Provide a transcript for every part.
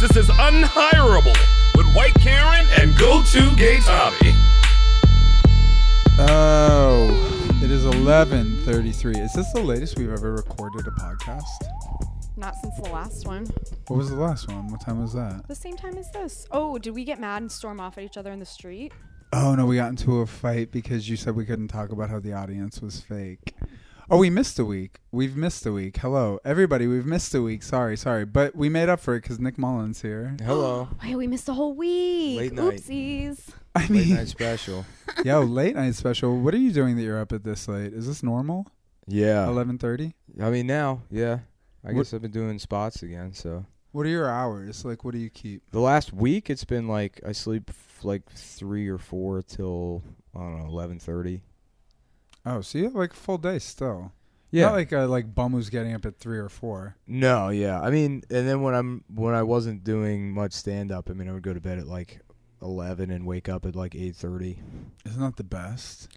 This is unhirable with White Karen and Go To Gay Tommy. Oh, it is 11:33. Is this the latest we've ever recorded a podcast? Not since the last one. What was the last one? What time was that? The same time as this. Oh, did we get mad and storm off at each other in the street? Oh no, we got into a fight because you said we couldn't talk about how the audience was fake. Oh, we missed a week. We've missed a week. Hello, everybody. We've missed a week. Sorry, sorry, but we made up for it because Nick Mullins here. Hello. Wait, we missed a whole week. Late night. Oopsies. I Late mean, night special. yo, late night special. What are you doing that you're up at this late? Is this normal? Yeah. 11:30. I mean now, yeah. I What- guess I've been doing spots again, so. What are your hours? Like, what do you keep? The last week it's been like I sleep f- like 3 or 4 till I don't know, 11:30. Oh, so you have like a full day still. Yeah. Not like a like bum who's getting up at three or four. no, yeah. I mean, and then when I'm when I wasn't doing much stand up, I mean, I would go to bed at like 11 and wake up at like 8:30. Isn't that the best?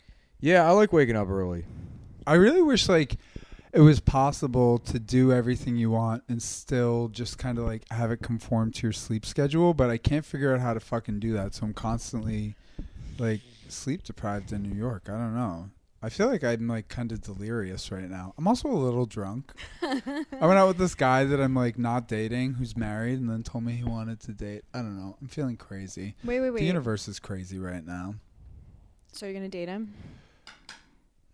Yeah, I like waking up early. I really wish like it was possible to do everything you want and still just kind of like have it conform to your sleep schedule, but I can't figure out how to fucking do that. So I'm constantly like sleep deprived in New York. I don't know. I feel like I'm like kind of delirious right now. I'm also a little drunk. I went out with this guy that I'm like not dating who's married and then told me he wanted to date. I don't know. I'm feeling crazy. Wait, wait, The wait. universe is crazy right now. so you're gonna date him?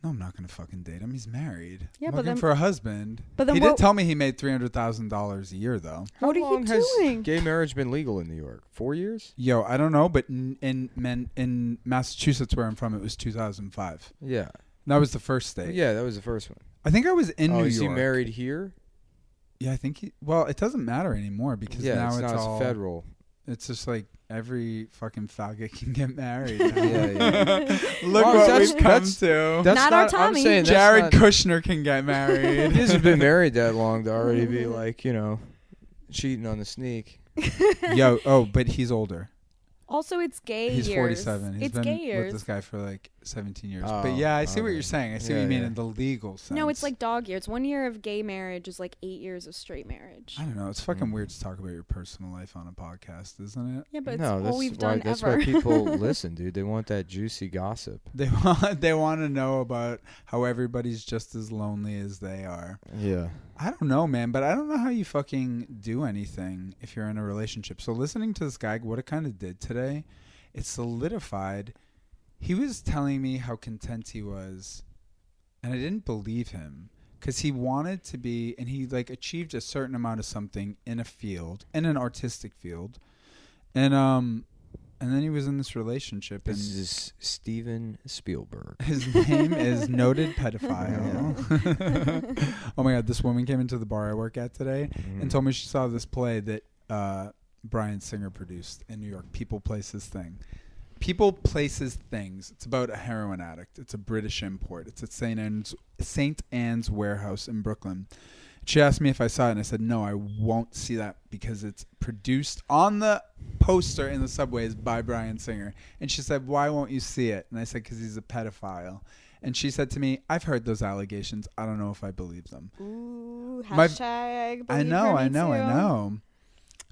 No, I'm not gonna fucking date him. He's married. Yeah, I'm but looking then- for a husband. but then he did what- tell me he made three hundred thousand dollars a year though. What are How you long has doing? gay marriage been legal in New York? 4 years? Yo, I don't know, but in in, men, in Massachusetts where I'm from, it was two thousand five. Yeah. And that was the first state. Yeah, that was the first one. I think I was in oh, New is York. he married here? Yeah, I think he. Well, it doesn't matter anymore because Yeah, now it's it's, not all it's federal. It's just like every fucking faggot can get married. Yeah, yeah. Look Well, what that's- we've come that's- to. That's Not our Tommy. I'm saying that's Jared not- Kushner can get He married. hasn't been married that long to already be like, you know, cheating on the sneak. Yo, oh, but he's older. Also, it's gay He's years. 47. He's it's been gay with this years. guy for like 17 years. Oh, but yeah, I see what okay. you're saying. I see what Yeah, you mean yeah. in the legal sense. No, it's like dog years. One year of gay marriage is like eight years of straight marriage. I don't know. It's fucking Mm. weird to talk about your personal life on a podcast, isn't it? Yeah, but it's no, that's all we've why done that's ever. why people listen, dude. They want that juicy gossip. They want they want to know about how everybody's just as lonely as they are. Yeah. I don't know, man, but I don't know how you fucking do anything if you're in a relationship. So listening to this guy, what it kind of did today, it solidified. He was telling me how content he was, and I didn't believe him because he wanted to be, and he like achieved a certain amount of something in a field, in an artistic field, and um, and then he was in this relationship, and This is Steven Spielberg. his name is noted pedophile. oh my god, this woman came into the bar I work at today and told me she saw this play that uh, Brian Singer produced in New York. People places thing. People places things. It's about a heroin addict. It's a British import. It's at St Anne's St Anne's warehouse in Brooklyn. She asked me if I saw it, and I said no, I won't see that because it's produced on the poster in the subways by Brian Singer. And she said, "Why won't you see it?" And I said, "Because he's a pedophile." And she said to me, "I've heard those allegations. I don't know if I believe them." Ooh, My- hashtag. I believe know, her, I me know, I too. know.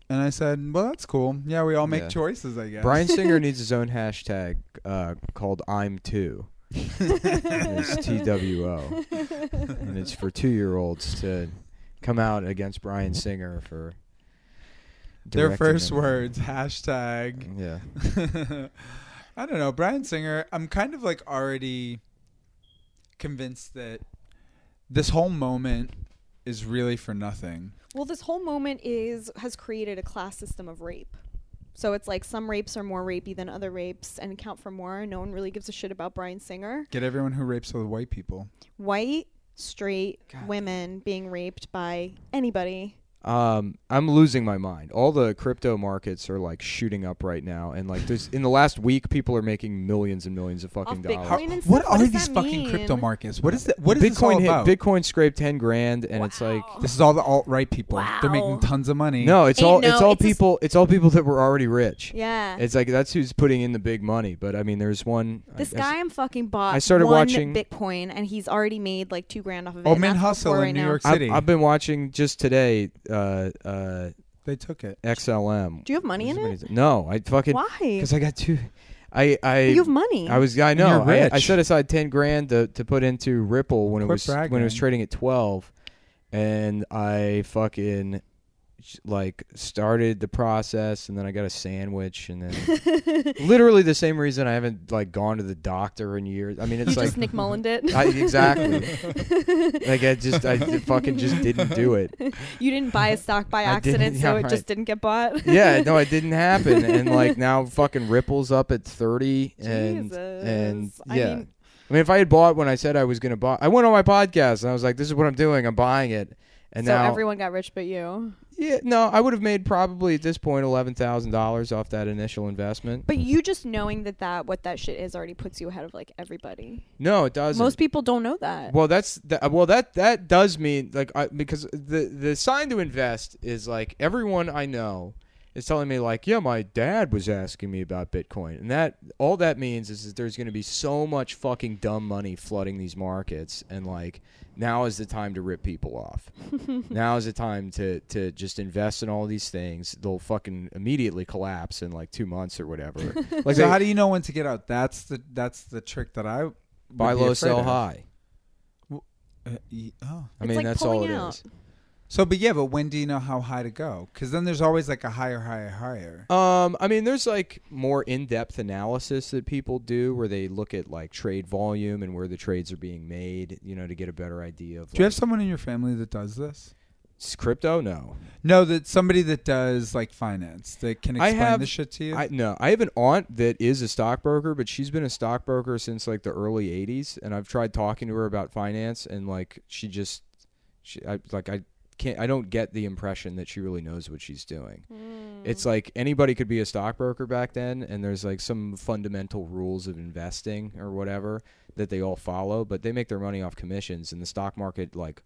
And I said, "Well, that's cool. Yeah, we all make Yeah. choices, I guess." Brian Singer needs his own hashtag uh, called I'm Two. And it's T W O. And it's for two year olds to come out against Brian Singer for their directing first them. words hashtag. Yeah. I don't know, Brian Singer. I'm kind of like already convinced that this whole moment is really for nothing. Well, this whole moment is has created a class system of rape. So it's like some rapes are more rapey than other rapes and count for more. No one really gives a shit about Brian Singer. Get everyone who rapes other white people. White, straight women being raped by anybody. Um, I'm losing my mind. All the crypto markets are like shooting up right now, and like there's in the last week, people are making millions and millions of fucking Off dollars. Bitcoin. Bitcoin. and what stuff, what are does these that fucking crypto mean? markets? What is that? What is this all Bitcoin about? Bitcoin scraped ten grand, and it's like This is all the alt right people. They're Wow. making tons of money. no, it's Ain't all no- it's all it's a s- people it's all people that were already rich. Yeah. It's like that's who's putting in the big money. But I mean, there's one I this guess- guy I'm fucking bought I started one watching- Bitcoin and he's already made like two grand off of it. Oh, and that's Hustle before in right New now. York I've, City. I've been watching just today. Uh, uh, They took it. XLM. Do you have money This in is it? amazing. No, I fucking Why? because I got two. I I You have money. I was I know you're I- I, rich. set aside ten grand to, to put into Ripple when it Quit was when it was bragging. trading at twelve, and I fucking sh- like started the process and then I got a sandwich and then literally the same reason I haven't like gone to the doctor in years. I mean you it's just like Nick Mullen did. I, exactly like I just I fucking just didn't do it. you didn't buy a stock by I didn't- accident, yeah, so it right. just didn't get bought. yeah, no, it didn't happen. And like now, fucking Ripple's up at thirty, and and Jesus. I yeah. I mean, mean- if I had bought when I said I was gonna buy, I went on my podcast and I was like, "This is what I'm doing. I'm buying it." And so now, everyone got rich but you. yeah, no, I would have made probably at this point eleven thousand dollars off that initial investment. But you just knowing that that what that shit is already puts you ahead of like everybody. No, it doesn't. Most people don't know that. Well, that's that, well that that does mean like I, because the the sign to invest is like everyone I know is telling me like yeah my dad was asking me about Bitcoin and that all that means is that there's going to be so much fucking dumb money flooding these markets and like now is the time to rip people off now is the time to to just invest in all these things they'll fucking immediately collapse in like two months or whatever like so they- how do you know when to get out? That's the that's the trick that I uh, would buy be low afraid sell of. high Uh, y- oh. I It's mean like that's all pulling it is. out. So, but yeah, but when do you know how high to go? Because then there's always like a higher, higher, higher. Um, I mean, there's like more in-depth analysis that people do where they look at like trade volume and where the trades are being made, you know, to get a better idea of Do you have like, someone in your family that does this? s- crypto. No, No, that somebody that does like finance that can I explain have- this shit to you. I no, I have an aunt that is a stockbroker, but she's been a stockbroker since like the early '80s, and I've tried talking to her about finance, and like she just, she I, like I can't, I don't get the impression that she really knows what she's doing. Hmm. It's like anybody could be a stockbroker back then, and there's like some fundamental rules of investing or whatever that they all follow, but they make their money off commissions, and the stock market like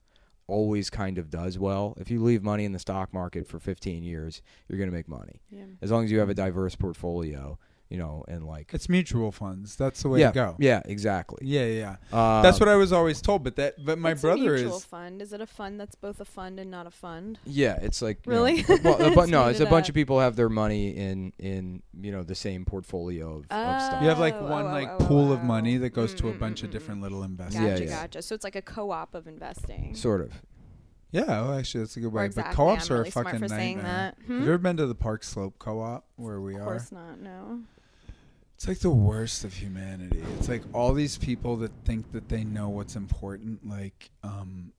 always kind of does well. If you leave money in the stock market for 15 years, you're going to make money as long as you have a diverse portfolio, you know, and like it's mutual funds. That's the way yeah, to go. yeah, exactly. yeah, yeah. yeah. Uh, That's what I was always told. But that, but my It's brother a mutual is. fund. Is it a fund that's both a fund and not a fund? yeah, it's like you Really? know, well, but It's no, made it's it a bunch up. of people have their money in in you know the same portfolio of, of Oh. stuff. You have like Oh, one oh, like oh, oh, pool oh. of money that goes to a Mm, bunch mm, of mm, different little Gotcha, investments. Yeah, yeah. gotcha. So it's like a co-op of investing. Sort of. Yeah, oh, actually, that's a good Or way. exactly, But co-ops I'm are really a smart fucking for saying nightmare. that. Hmm? Have you ever been to the Park Slope Co-op where we of are? course not. No. It's like the worst of humanity. It's like all these people that think that they know what's important, like um,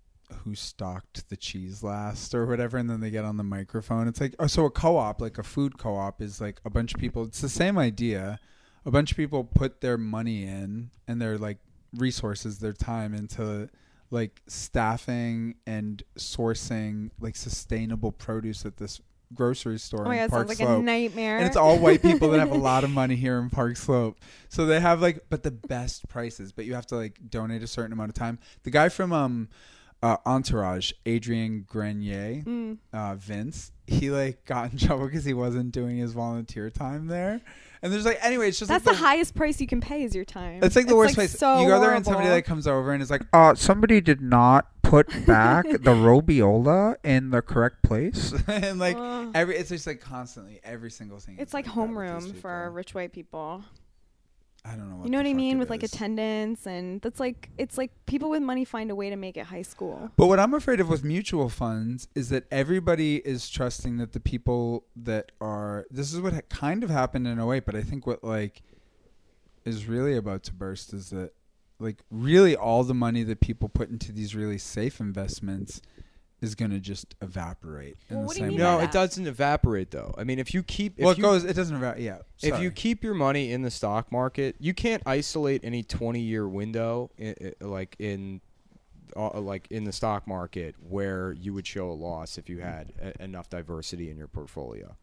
who stocked the cheese last or whatever, and then they get on the microphone. It's like, oh, so a co op, like a food co op, is like a bunch of people. It's the same idea. A bunch of people put their money in and their like resources, their time into like staffing and sourcing like sustainable produce at this grocery store Oh my in god, Park sounds like Slope a nightmare. and it's all white people that have a lot of money here in Park Slope. So they have like, but the best prices. But you have to like donate a certain amount of time. The guy from um, uh, Entourage, Adrian Grenier, Mm. uh, Vince, he like got in trouble because he wasn't doing his volunteer time there. And there's like, anyway, it's just That's like the highest price you can pay is your time. It's like the worst place. So you go there and somebody like comes over and is like, uh, somebody did not put back the robiola in the correct place. and like Ugh. every, it's just like constantly every single thing. It's is like that with these homeroom people. for rich white people. I don't know. What You know the what I fuck mean? it With like is. attendance and that's like it's like people with money find a way to make it high school. But what I'm afraid of with mutual funds is that everybody is trusting that the people that are this is what ha- kind of happened in 08, but I think what like is really about to burst is that like really all the money that people put into these really safe investments is going to just evaporate in Well, the what do you same mean way. No, by that? it doesn't evaporate though. I mean, if you keep if well, it you, goes it doesn't evaporate. Yeah. if you keep your money in the stock market, you can't isolate any 20-year window i i like in uh, like in the stock market where you would show a loss if you had e- enough diversity in your portfolio.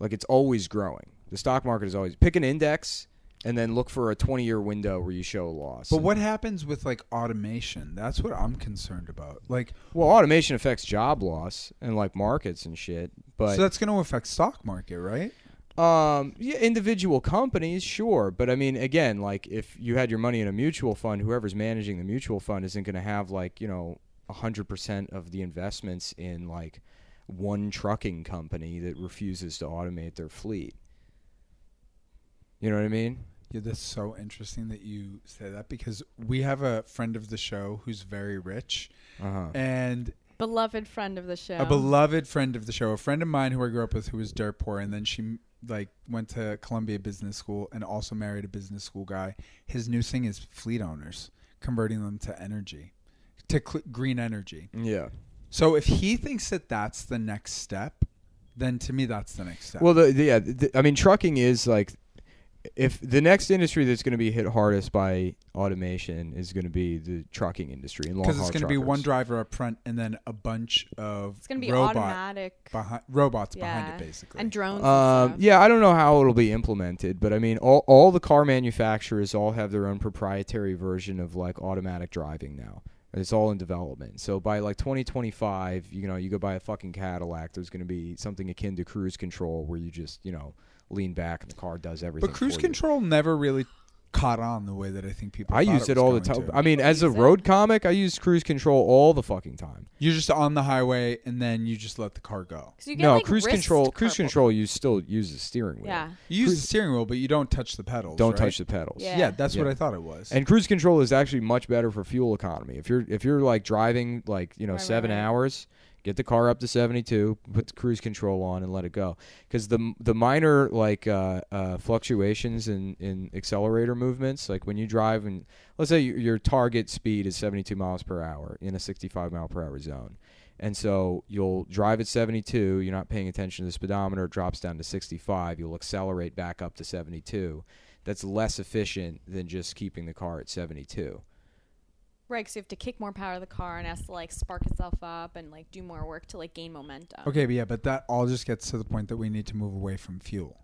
Like it's always growing. The stock market is always pick an index and then look for a 20-year window where you show a loss. But what happens with like automation? That's what I'm concerned about. Like Well, automation affects job loss and like markets and shit, but so that's going to affect stock market, right? Um, yeah, individual companies, sure, but I mean, again, like if you had your money in a mutual fund, whoever's managing the mutual fund isn't going to have like you know hundred percent of the investments in like one trucking company that refuses to automate their fleet. You know what I mean? Yeah, that's so interesting that you say that because we have a friend of the show who's very rich Uh-huh. and Beloved friend of the show. a beloved friend of the show, a friend of mine who I grew up with who was dirt poor and then she like went to Columbia Business School and also married a business school guy. His new thing is fleet owners, converting them to energy, to cl- green energy. Yeah. So if he thinks that that's the next step, then to me that's the next step. Well, the, the, yeah, the, I mean, trucking is like if the next industry that's going to be hit hardest by automation is going to be the trucking industry and long haul because it's going to be one driver up front and then a bunch of It's gonna be robot automatic behind robots Yeah. behind it basically. and drones. Um, and stuff. yeah, I don't know how it'll be implemented, but I mean, all, all the car manufacturers all have their own proprietary version of like automatic driving now. It's all in development. So by like 2025, you know, you go buy a fucking Cadillac, there's going to be something akin to cruise control where you just, you know, lean back and the car does everything. but cruise for you. control never really caught on the way that I think people. I thought used it, was all the going time. to. I mean, as a use it? road comic, I used cruise control all the fucking time. You're just on the highway and then you just let the car go. 'Cause you get, No, like, cruise wrist control. Cruise carpal- control, you still use the steering wheel. Yeah. You use the steering wheel, but you don't touch the pedals. Don't right? touch the pedals. Yeah. Yeah, that's what Yeah. I thought it was. And cruise control is actually much better for fuel economy. If you're if you're like driving like you know Right, right, seven right. hours, get the car up to seventy two, put the cruise control on, and let it go. Because the the minor like uh, uh, fluctuations in in accelerator movements, like when you drive and let's say your, your target speed is seventy two miles per hour in a sixty five mile per hour zone. And so you'll drive at 72, you're not paying attention to the speedometer, it drops down to 65, you'll accelerate back up to 72. That's less efficient than just keeping the car at 72. Right, because you have to kick more power to the car and it has to like spark itself up and like do more work to like gain momentum. okay, but yeah, but that all just gets to the point that we need to move away from fuel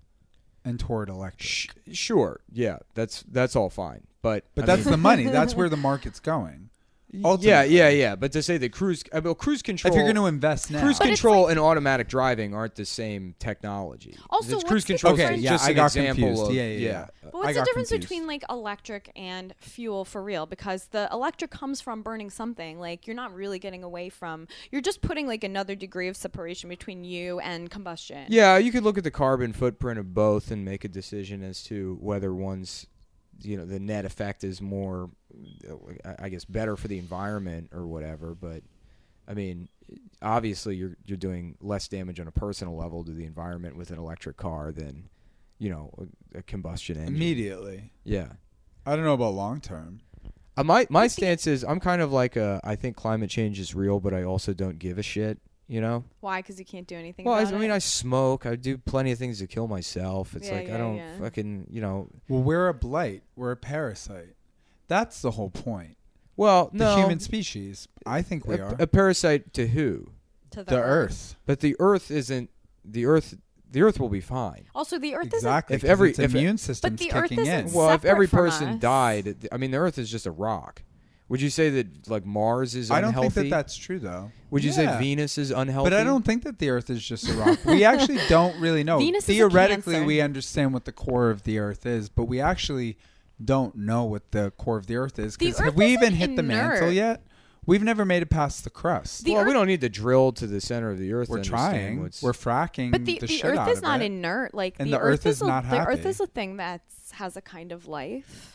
and toward electric. Sh- sure, yeah, that's that's all fine. But but I that's mean, the money. That's where the market's going. yeah, ultimately. yeah, yeah. But to say that cruise, I mean, cruise control, If you're going to invest now, cruise But it's control and automatic driving aren't the same technology. Also, It's what's cruise the control okay, is difference- yeah, just I an got example confused. of yeah, yeah, yeah. But I what's the got difference confused. between like electric and fuel for real? Because the electric comes from burning something. Like you're not really getting away from. You're just putting like another degree of separation between you and combustion. Yeah, you could look at the carbon footprint of both and make a decision as to whether one's, you know, the net effect is more, uh, I I guess, better for the environment or whatever. But I mean, obviously, you're you're doing less damage on a personal level to the environment with an electric car than, you know, a, a combustion engine. immediately. Yeah. I don't know about long term. Uh, my my stance is I'm kind of like a I think climate change is real, but I also don't give a shit. You know, Why? Because you can't do anything. well, I, about I mean, it. I smoke. I do plenty of things to kill myself. It's Yeah, like I yeah, don't yeah. fucking, you know. Well, we're a blight. We're a parasite. That's the whole point. Well, no, The human species. I think we a, are. a parasite to who? to the Earth. But the Earth isn't. The Earth. The Earth will be fine. Also, the Earth Exactly. If 'cause every- its if- immune system's the Earth kicking in. isn't Well, if Separate every from person us. died, it- I mean, the Earth is just a rock. Would you say that like Mars is I don't unhealthy? think that that's true though. Would you Yeah. say Venus is unhealthy? But I don't think that the Earth is just a rock. We actually don't really know. Venus is a Theoretically, cancer. we understand what the core of the Earth is, but we actually don't know what the core of the Earth is. The Because Earth have we isn't even hit the mantle inert. yet? We've never made it past the crust. The well, we Earth- don't need to drill to the center of the Earth. We're to understand trying. what's- We're fracking. But the, the, Mm, shit Earth out is of not it. inert. Like And the, Earth, is, a, not the Earth happy. is a thing that has a kind of life.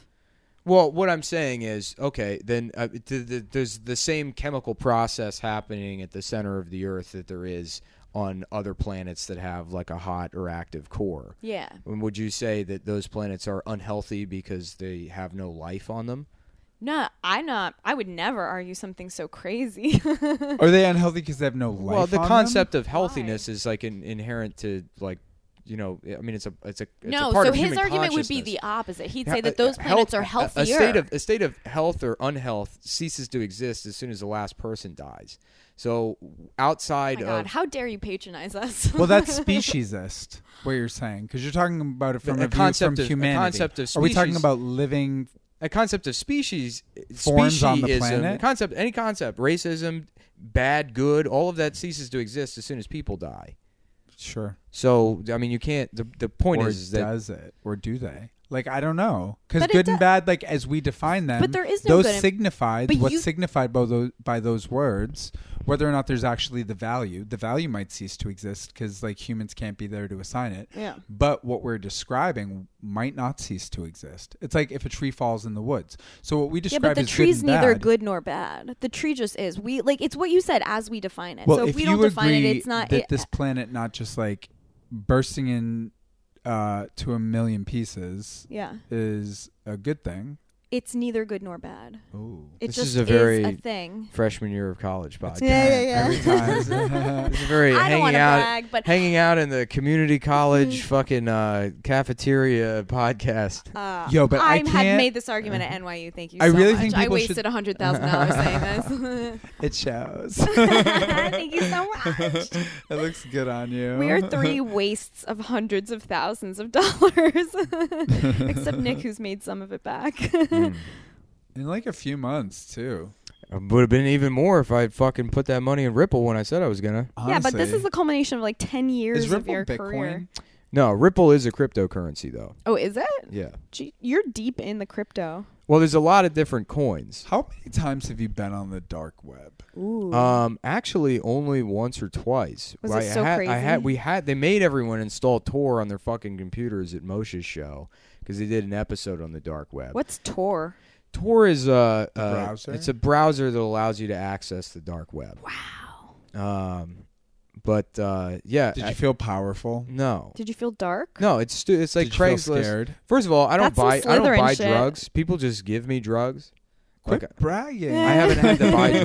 Well, what I'm saying is, okay, then uh, th- th- there's the same chemical process happening at the center of the Earth that there is on other planets that have like a hot or active core. Yeah. And Would you say that those planets are unhealthy because they have no life on them? No, I not. I would never argue something so crazy. Are they unhealthy because they have no life? well, the on concept of healthiness is like in, inherent to like, you know, I mean, it's a it's a it's a no, part so of his human argument would be the consciousness. opposite. He'd Yeah, say that uh, those uh, planets health- are a- healthier. Oh A state of a state of health or unhealth ceases to exist as soon as the last person dies. So oh outside my God, of how dare you patronize us? them? well, that's speciesist. What you're saying, because you're talking about it from The- a, a view concept from of- a humanity. concept of Are we talking species- about living? a concept of species, Forms on the speciesism, planet? concept any concept, racism, bad, good, all of that ceases to exist as soon as people die. Sure. So I mean, you can't. The, the point or is, is that does it, or do they? Like I don't know, because But it good and do- bad, like as we define them, But there is no those good and- signified. but what's you- signified by those by those words, whether or not there's actually the value, the value might cease to exist because like humans can't be there to assign it. Yeah. But what we're describing might not cease to exist. It's like if a tree falls in the woods. So what we Yeah, describe but the as tree's good and neither bad, good nor bad. The tree just is. We like it's what you said as we define it. Well, so if, if, we you don't define agree it, it's not. that it- uh, this planet not just like bursting in uh, to a million pieces Yeah. is a good thing. it's neither good nor bad. Oh. It This just is a very- thing. Freshman year of college podcast. Yeah, Every time. It's a very I don't want hanging to out, brag, but hanging out in the community college Mm-hmm. fucking uh, cafeteria podcast. uh, Yo, but I I'm- had can't- made this argument at NYU. Thank you. I so really much. think I people should- wasted hundred thousand dollars saying this. it shows. Thank you so much. it looks good on you. We are three wastes of hundreds of thousands of dollars. Except Nick, who's made some of it back. in like a few months too. Would have been even more if I fucking put that money in Ripple when I said I was gonna. yeah, but this Honestly. is the culmination of like 10 years is of Ripple your Bitcoin. career. No, Ripple is a cryptocurrency though. Oh, is it? Yeah. Gee, you're deep in the crypto. Well, there's a lot of different coins. How many times have you been on the dark web? Uh, Um, actually, only once or twice. Was I it so had, I crazy? had, we had. They made everyone install Tor on their fucking computers at Moshe's show because they did an episode on the dark web. What's Tor? Tor is a, a browser? It's a browser that allows you to access the dark web. Wow. Um, but uh, yeah. Did I- you feel powerful? no. Did you feel dark? No, it's stu- it's like Did you feel Craigslist. scared? First of all, I That's don't buy some I don't Slytherin buy shit. drugs. People just give me drugs. Quit Like, bragging. I haven't had to buy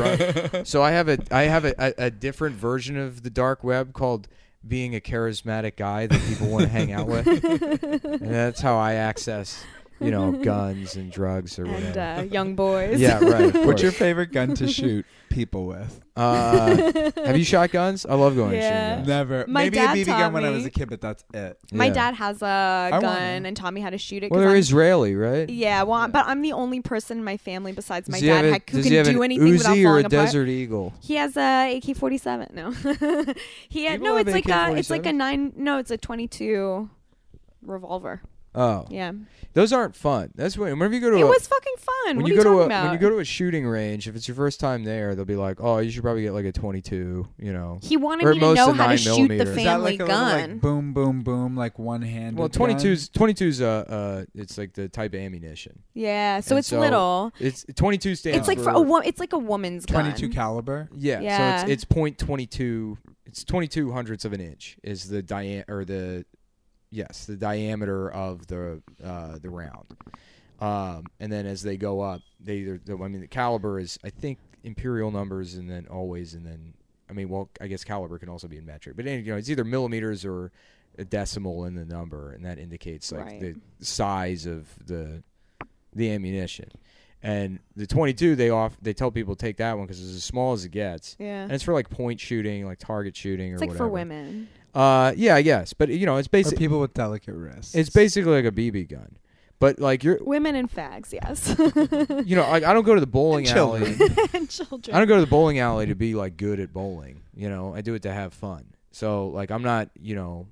drugs. So I have a I have a, a, a different version of the dark web called being a charismatic guy that people want to hang out with. And that's how I access, you know, guns and drugs or And whatever. uh, young boys. yeah, right. of What's your course. favorite gun to shoot people with? Uh, have you shot guns? I love going Yeah. to shoot guns. Never. My Maybe dad a BB gun taught when I was me- a kid, but that's it. My Yeah. dad has a want one. gun and taught me how to shoot it. Well, 'cause they're I'm- Israeli, right? Yeah, well, I'm- but I'm the only person in my family besides my does he have dad a- ha- who does he can have do an anything without Uzi falling or a apart. Desert Eagle? He has a AK-47. No, he had, People no. have It's like a it's like a AK-47s? nine. No, it's a 22 revolver. Oh, Yeah, those aren't fun. That's when whenever you go to it a, was fucking fun. when what you are go you talking to a about? when you go to a shooting range, if it's your first time there, they'll be like, "Oh, you should probably get like a 22," you know. he wanted or me most to know a how to 9 shoot the millimeter. Is Is that family like a little, gun. like boom, boom, boom, like one hand? Well, 22's 22's uh uh it's like the type of ammunition. yeah, so And it's little. It's 22 stands It's like for for a wo- It's like a woman's gun. 22 caliber. Yeah, Yeah. so it's it's point twenty two. It's twenty two hundredths of an inch is the dia or the yes the diameter of the uh, the round. Um, and then as they go up, they either the, I mean the caliber is I think imperial numbers and then always and then I mean well I guess caliber can also be in metric, but any- you know it's either millimeters or a decimal in the number, and that indicates like Right. the size of the the ammunition. And the 22, they off they tell people to take that one because it's as small as it gets. Yeah. and it's for like point shooting, like target shooting, or It's like whatever. for women. Uh, yeah, I guess, but you know, it's For basically people with delicate wrists. it's basically like a BB gun, but like you're Women and fags, yes. you know, like I don't go to the bowling alley. children. and children. I don't go to the bowling alley to be like good at bowling. You know, I do it to have fun. So like I'm not, you know,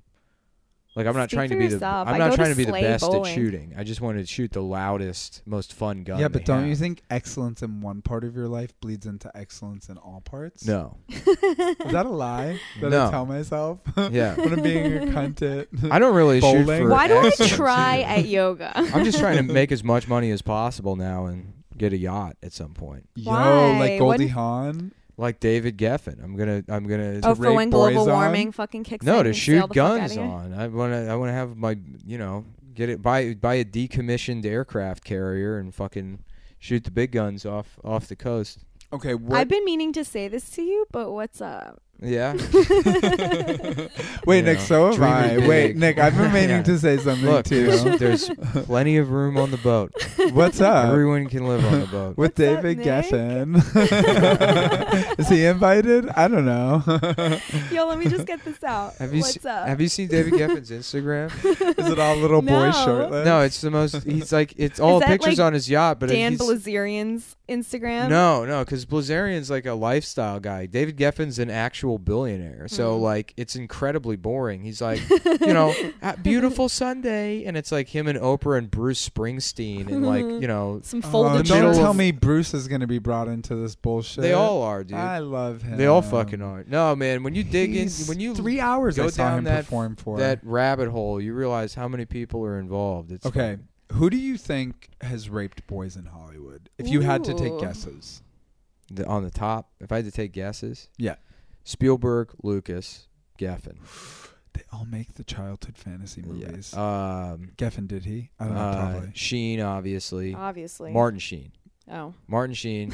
like I'm not Speak trying to for be yourself. the I'm I not go to trying to be the sleigh best bowling. at shooting. I just want to shoot the loudest, most fun gun. yeah, they but don't you have. think excellence in one part of your life bleeds into excellence in all parts? No. Is that a lie that I No. tell myself? Yeah. when I'm being a cunt at- I don't really shoot Bowling. for Why do I excellence try either. at yoga? I'm just trying to make as much money as possible now and get a yacht at some point. Yo, Why? like What Goldie if- Hawn. Like David Geffen. I'm going to I'm going to Oh, for rape when global boys on? warming fucking kicks in. No, to and sail shoot the fuck outta guns here. on. I want to. I want to have my. You know, get it. Buy buy a decommissioned aircraft carrier and fucking shoot the big guns off off the coast. Okay, what? I've been meaning to say this to you, but what's up? Yeah. Wait, you Nick, know, so have dreaming I. big. Wait, Nick, I've been meaning Yeah. to say something Look, there's, too. Oh, there's plenty of room on the boat. What's Uh, up? Everyone can live on the boat. with What's up, David Nick? Geffen. Is he invited? I don't know. Yo, let me just get this out. Have you what's se- up? have you seen David Geffen's Instagram? Is it all little boys No. shirtless? No, it's the most. He's like it's all that pictures like on his yacht, but Dan he's, Blazerian's Instagram? No, no, because Blazarian's like a lifestyle guy. David Geffen's an actual billionaire, so like it's incredibly boring. He's like, you know, "Ah, beautiful Sunday, and it's like him and Oprah and Bruce Springsteen, and like you know, Some Oh, folded don't shirts. tell me Bruce is going to be brought into this bullshit. they all are, dude. I love him. they all fucking are. No, man, when you dig in, He's- when you three hours go I saw down him that- perform for that rabbit hole, you realize how many people are involved. It's Okay, who do you think has raped boys in Hollywood? If you had to take Ooh. guesses, the, on the top. If I had to take guesses, Yeah. Spielberg, Lucas, Geffen. they all make the childhood fantasy movies. Yeah. Um, Geffen did he? I don't know. uh, probably. Sheen, obviously. Obviously. Martin Sheen. oh. Martin Sheen,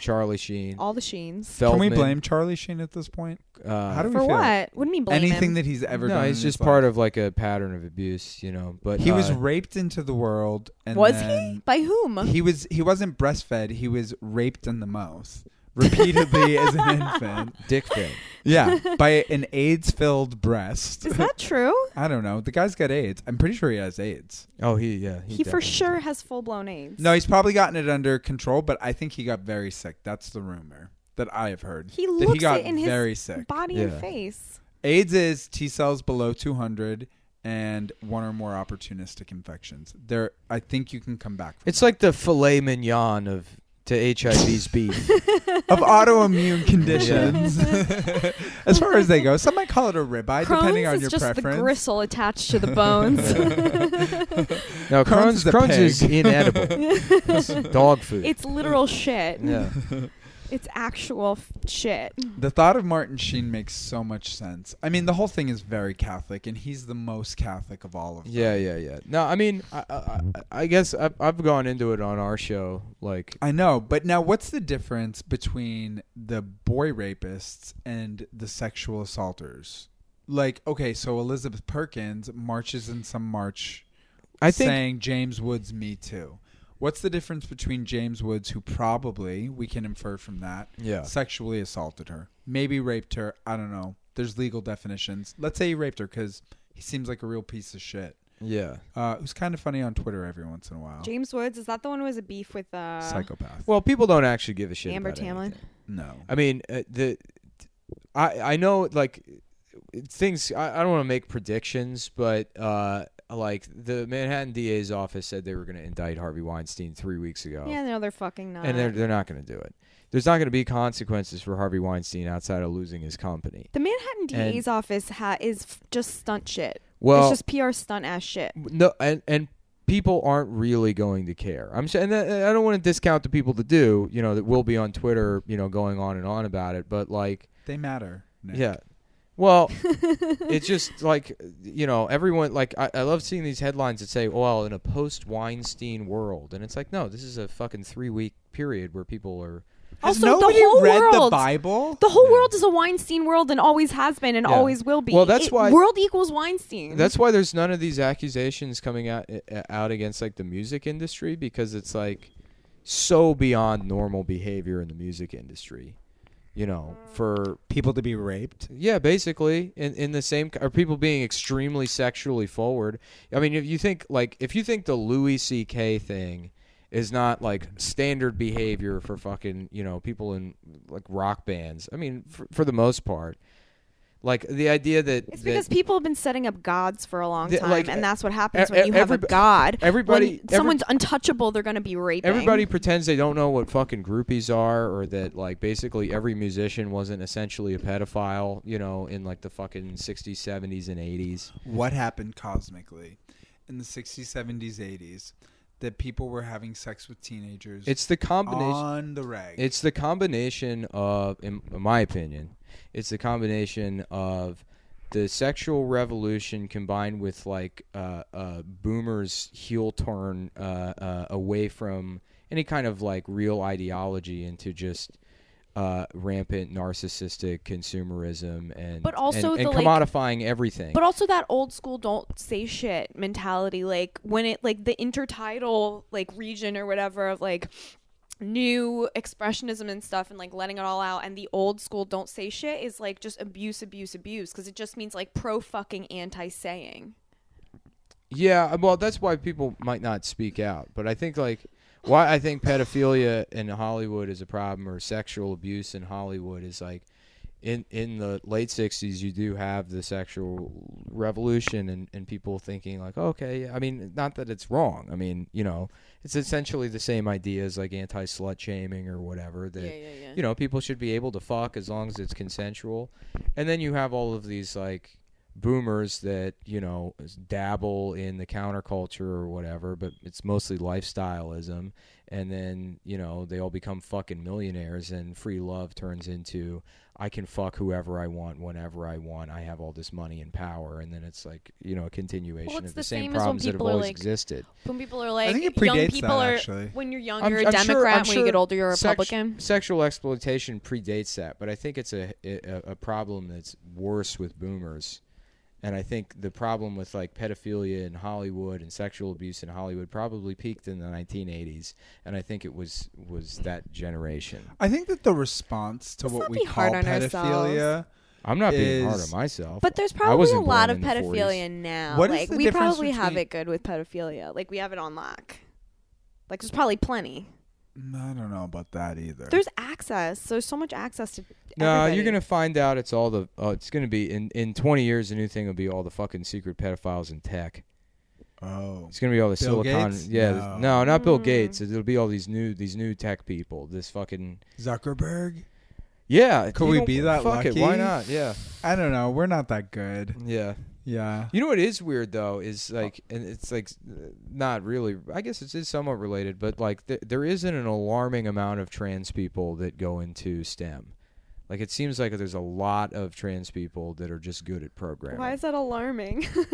Charlie Sheen, All the Sheens. Can Feldman. we blame Charlie Sheen at this point? Uh, How do we For feel? what? What do you mean blame Anything him? that he's ever no, done. he's in just his part life. of like a pattern of abuse, you know. But He was uh, raped into the world. And was he? then By whom? He was. He wasn't breastfed. He was raped in the mouth repeatedly as an infant. dick fit. Yeah, by an AIDS-filled breast. Is that true? I don't know. The guy's got AIDS. I'm pretty sure he has AIDS. Oh, he yeah. He, He for definitely- sure has full blown AIDS. No, he's probably gotten it under control, but I think he got very sick. That's the rumor that I have heard. He that looks he got it in his very sick. Body Yeah. and face. AIDS is T cells below 200 and one or more opportunistic infections. There, I think you can come back from It's like the filet mignon of to HIV's beef. of autoimmune conditions. as far as they go, some might call it a ribeye, Crohn's depending on is your just preference. the gristle attached to the bones. No, Crohn's Crohn's, is a Crohn's is pig. inedible. It's dog food. It's literal shit. yeah. It's actual f- shit. The thought of Martin Sheen makes so much sense. I mean, the whole thing is very Catholic, and he's the most Catholic of all of them. Yeah, yeah, yeah. No, I mean, I, I, I- I guess I've, I've gone into it on our show. Like, I know, but now what's the difference between the boy rapists and the sexual assaulters? Like, okay, so Elizabeth Perkins marches in some march I think saying James Woods Me Too. What's the difference between James Woods, who probably, we can infer from that, Yeah. sexually assaulted her, maybe raped her? I don't know. There's legal definitions. Let's say he raped her because he seems like a real piece of shit. yeah. Uh, who's kind of funny on Twitter every once in a while. James Woods, is that the one who has a beef with uh Psychopath. Well, people don't actually give a shit. Amber about Tamlin? anything. No. I mean, uh, the I I know like things. I, I don't want to make predictions, but uh, like the Manhattan DA's office said they were going to indict Harvey Weinstein three weeks ago, Yeah, no, they're fucking not. and they're they're not going to do it. There's not going to be consequences for Harvey Weinstein outside of losing his company. the Manhattan And- DA's office ha- is f- just stunt shit. Well, it's just PR stunt ass shit. no, and and people aren't really going to care. I'm saying and I I don't want to discount the people that do. You know, that will be on Twitter. You know, going on and on about it, but like. They matter. Nick. Yeah. Well, it's just like you know, everyone like I, I love seeing these headlines that say, "Well, in a post Weinstein world," and it's like, no, this is a fucking three week period where people are. Has Also, the nobody whole read the world- Bible? The whole world is a Weinstein world and always has been and Yeah. always will be. Well, that's It- why- world equals Weinstein. That's why there's none of these accusations coming out uh, out against like the music industry because it's like so beyond normal behavior in the music industry, you know, for People to be raped. Yeah, basically, in in the same are people being extremely sexually forward. I mean, if you think like if you think the Louis C.K. thing is not like standard behavior for fucking you know people in like rock bands. I mean, for, for the most part, like the idea that It's that- because people have been setting up gods for a long The- time, like, and that's what happens e- when you have a everyb- god. everybody- when every- someone's untouchable, they're going to be raping. Everybody pretends they don't know what fucking groupies are, or that like basically every musician wasn't essentially a pedophile, you know, in like the fucking '60s, '70s, and '80s. What happened cosmically in the 60s, 70s, 80s that people were having sex with teenagers It's the combination. on the rag? It's the combination of, in in my opinion, it's the combination of the sexual revolution combined with like uh, uh, boomers' heel turn uh, uh, away from any kind of like real ideology into just uh, rampant narcissistic consumerism and But also and, and the, like- commodifying everything. But also that old school don't say shit mentality, like when it like the intertidal like region or whatever of like new expressionism and stuff and like letting it all out and the old school don't say shit is like just abuse abuse abuse because it just means like pro fucking anti saying uh, Yeah, well, that's why people might not speak out. But I think like why I think pedophilia in Hollywood is a problem or sexual abuse in Hollywood is like in in the late 60s you do have the sexual revolution and, and people thinking like okay yeah. I mean not that it's wrong I mean you know it's essentially the same ideas like anti slut shaming or whatever that yeah. you know people should be able to fuck as long as it's consensual and then you have all of these like boomers that you know dabble in the counterculture or whatever but it's mostly lifestyleism and then you know they all become fucking millionaires and free love turns into i can fuck whoever i want whenever i want i have all this money and power and then it's like you know a continuation it's of the, the same same as when problems that have people are always like- existed When people are like, think it young predates people that, are actually. when you're young, I'm- you're a I'm sure- Democrat. I'm when you get sure older, you're a sex- Republican. sexual exploitation predates that, but I think it's a, a a problem that's worse with boomers. And I think the problem with like pedophilia in Hollywood and sexual abuse in Hollywood probably peaked in the 1980s, and I think it was was that generation. I think that the response to what not we be call hard on pedophilia. ourselves. I'm not being hard on Is- myself, But there's I probably a wasn't lot of born in the 40s. pedophilia now. What is like the we difference probably have between- it good with pedophilia. Like we have it on lock. Like there's probably plenty. I don't know about that either. There's access. There's so much access to. No, you're everybody. gonna find out. It's all the. Uh, it's gonna be in in 20 years. The new thing will be all the fucking secret pedophiles in tech. oh, It's gonna be all the Bill Silicon. Gates? Yeah, No. no, not Bill Mm-hmm. Gates. It'll be all these new these new tech people. This fucking Zuckerberg. yeah. Could you we don't- be that fuck It, lucky? why not? Yeah, I don't know. We're not that good. yeah. Yeah. You know what is weird though is like, and it's like uh, not really. I guess it is somewhat related, but like th- there isn't an alarming amount of trans people that go into STEM. Like it seems like there's a lot of trans people that are just good at programming. Why is that alarming?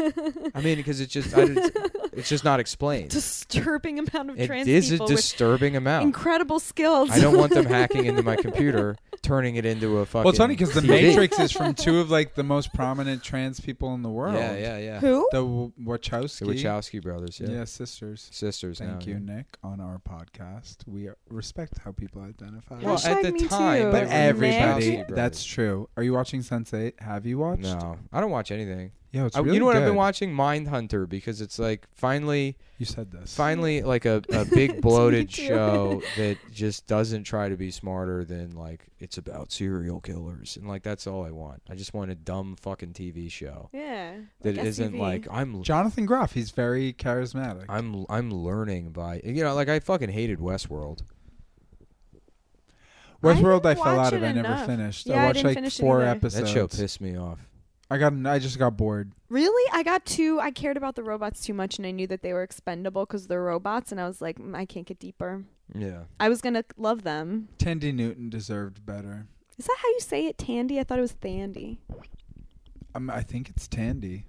I mean, because it's just I didn't- it's just not explained. Disturbing amount of It trans is a people with disturbing amount. incredible skills. I don't want them hacking into my computer, turning it into a fucking. Well, it's funny because the TV. Matrix is from two of like the most prominent trans people in the world. Yeah, yeah, yeah. Who? The W- Wachowski. The Wachowski brothers, yeah, Yeah, sisters. sisters. Thank now, you, yeah. Nick, on our podcast. We respect how people identify. Well, Hashtag at the me time, too. they but were the everybody, Wachowski that's true. Are you watching Sense8? Have you watched? brothers. No, I don't watch anything. Yeah, it's I- really you know what? I've been good. watching Mindhunter because it's like finally, You said this. finally, like a, a big bloated too. show that just doesn't try to be smarter than like it's about serial killers and like that's all I want. I just want a dumb fucking TV show Yeah. that Like isn't SUV. like I'm Jonathan Groff, he's very charismatic. I'm I'm learning by you know like I fucking hated Westworld. Westworld, I, I didn't fell watch out of. it I never enough. finished. Yeah, I I watched didn't like finish it four either. episodes. That show pissed me off. I got. I just got bored. Really? I got too. I cared about the robots too much, and I knew that they were expendable because they're robots, and I was like, "Mm, I can't get deeper. Yeah. I was gonna love them. Tandy Newton deserved better. Is that how you say it, Tandy? I thought it was Thandy. Um, I think it's Tandy.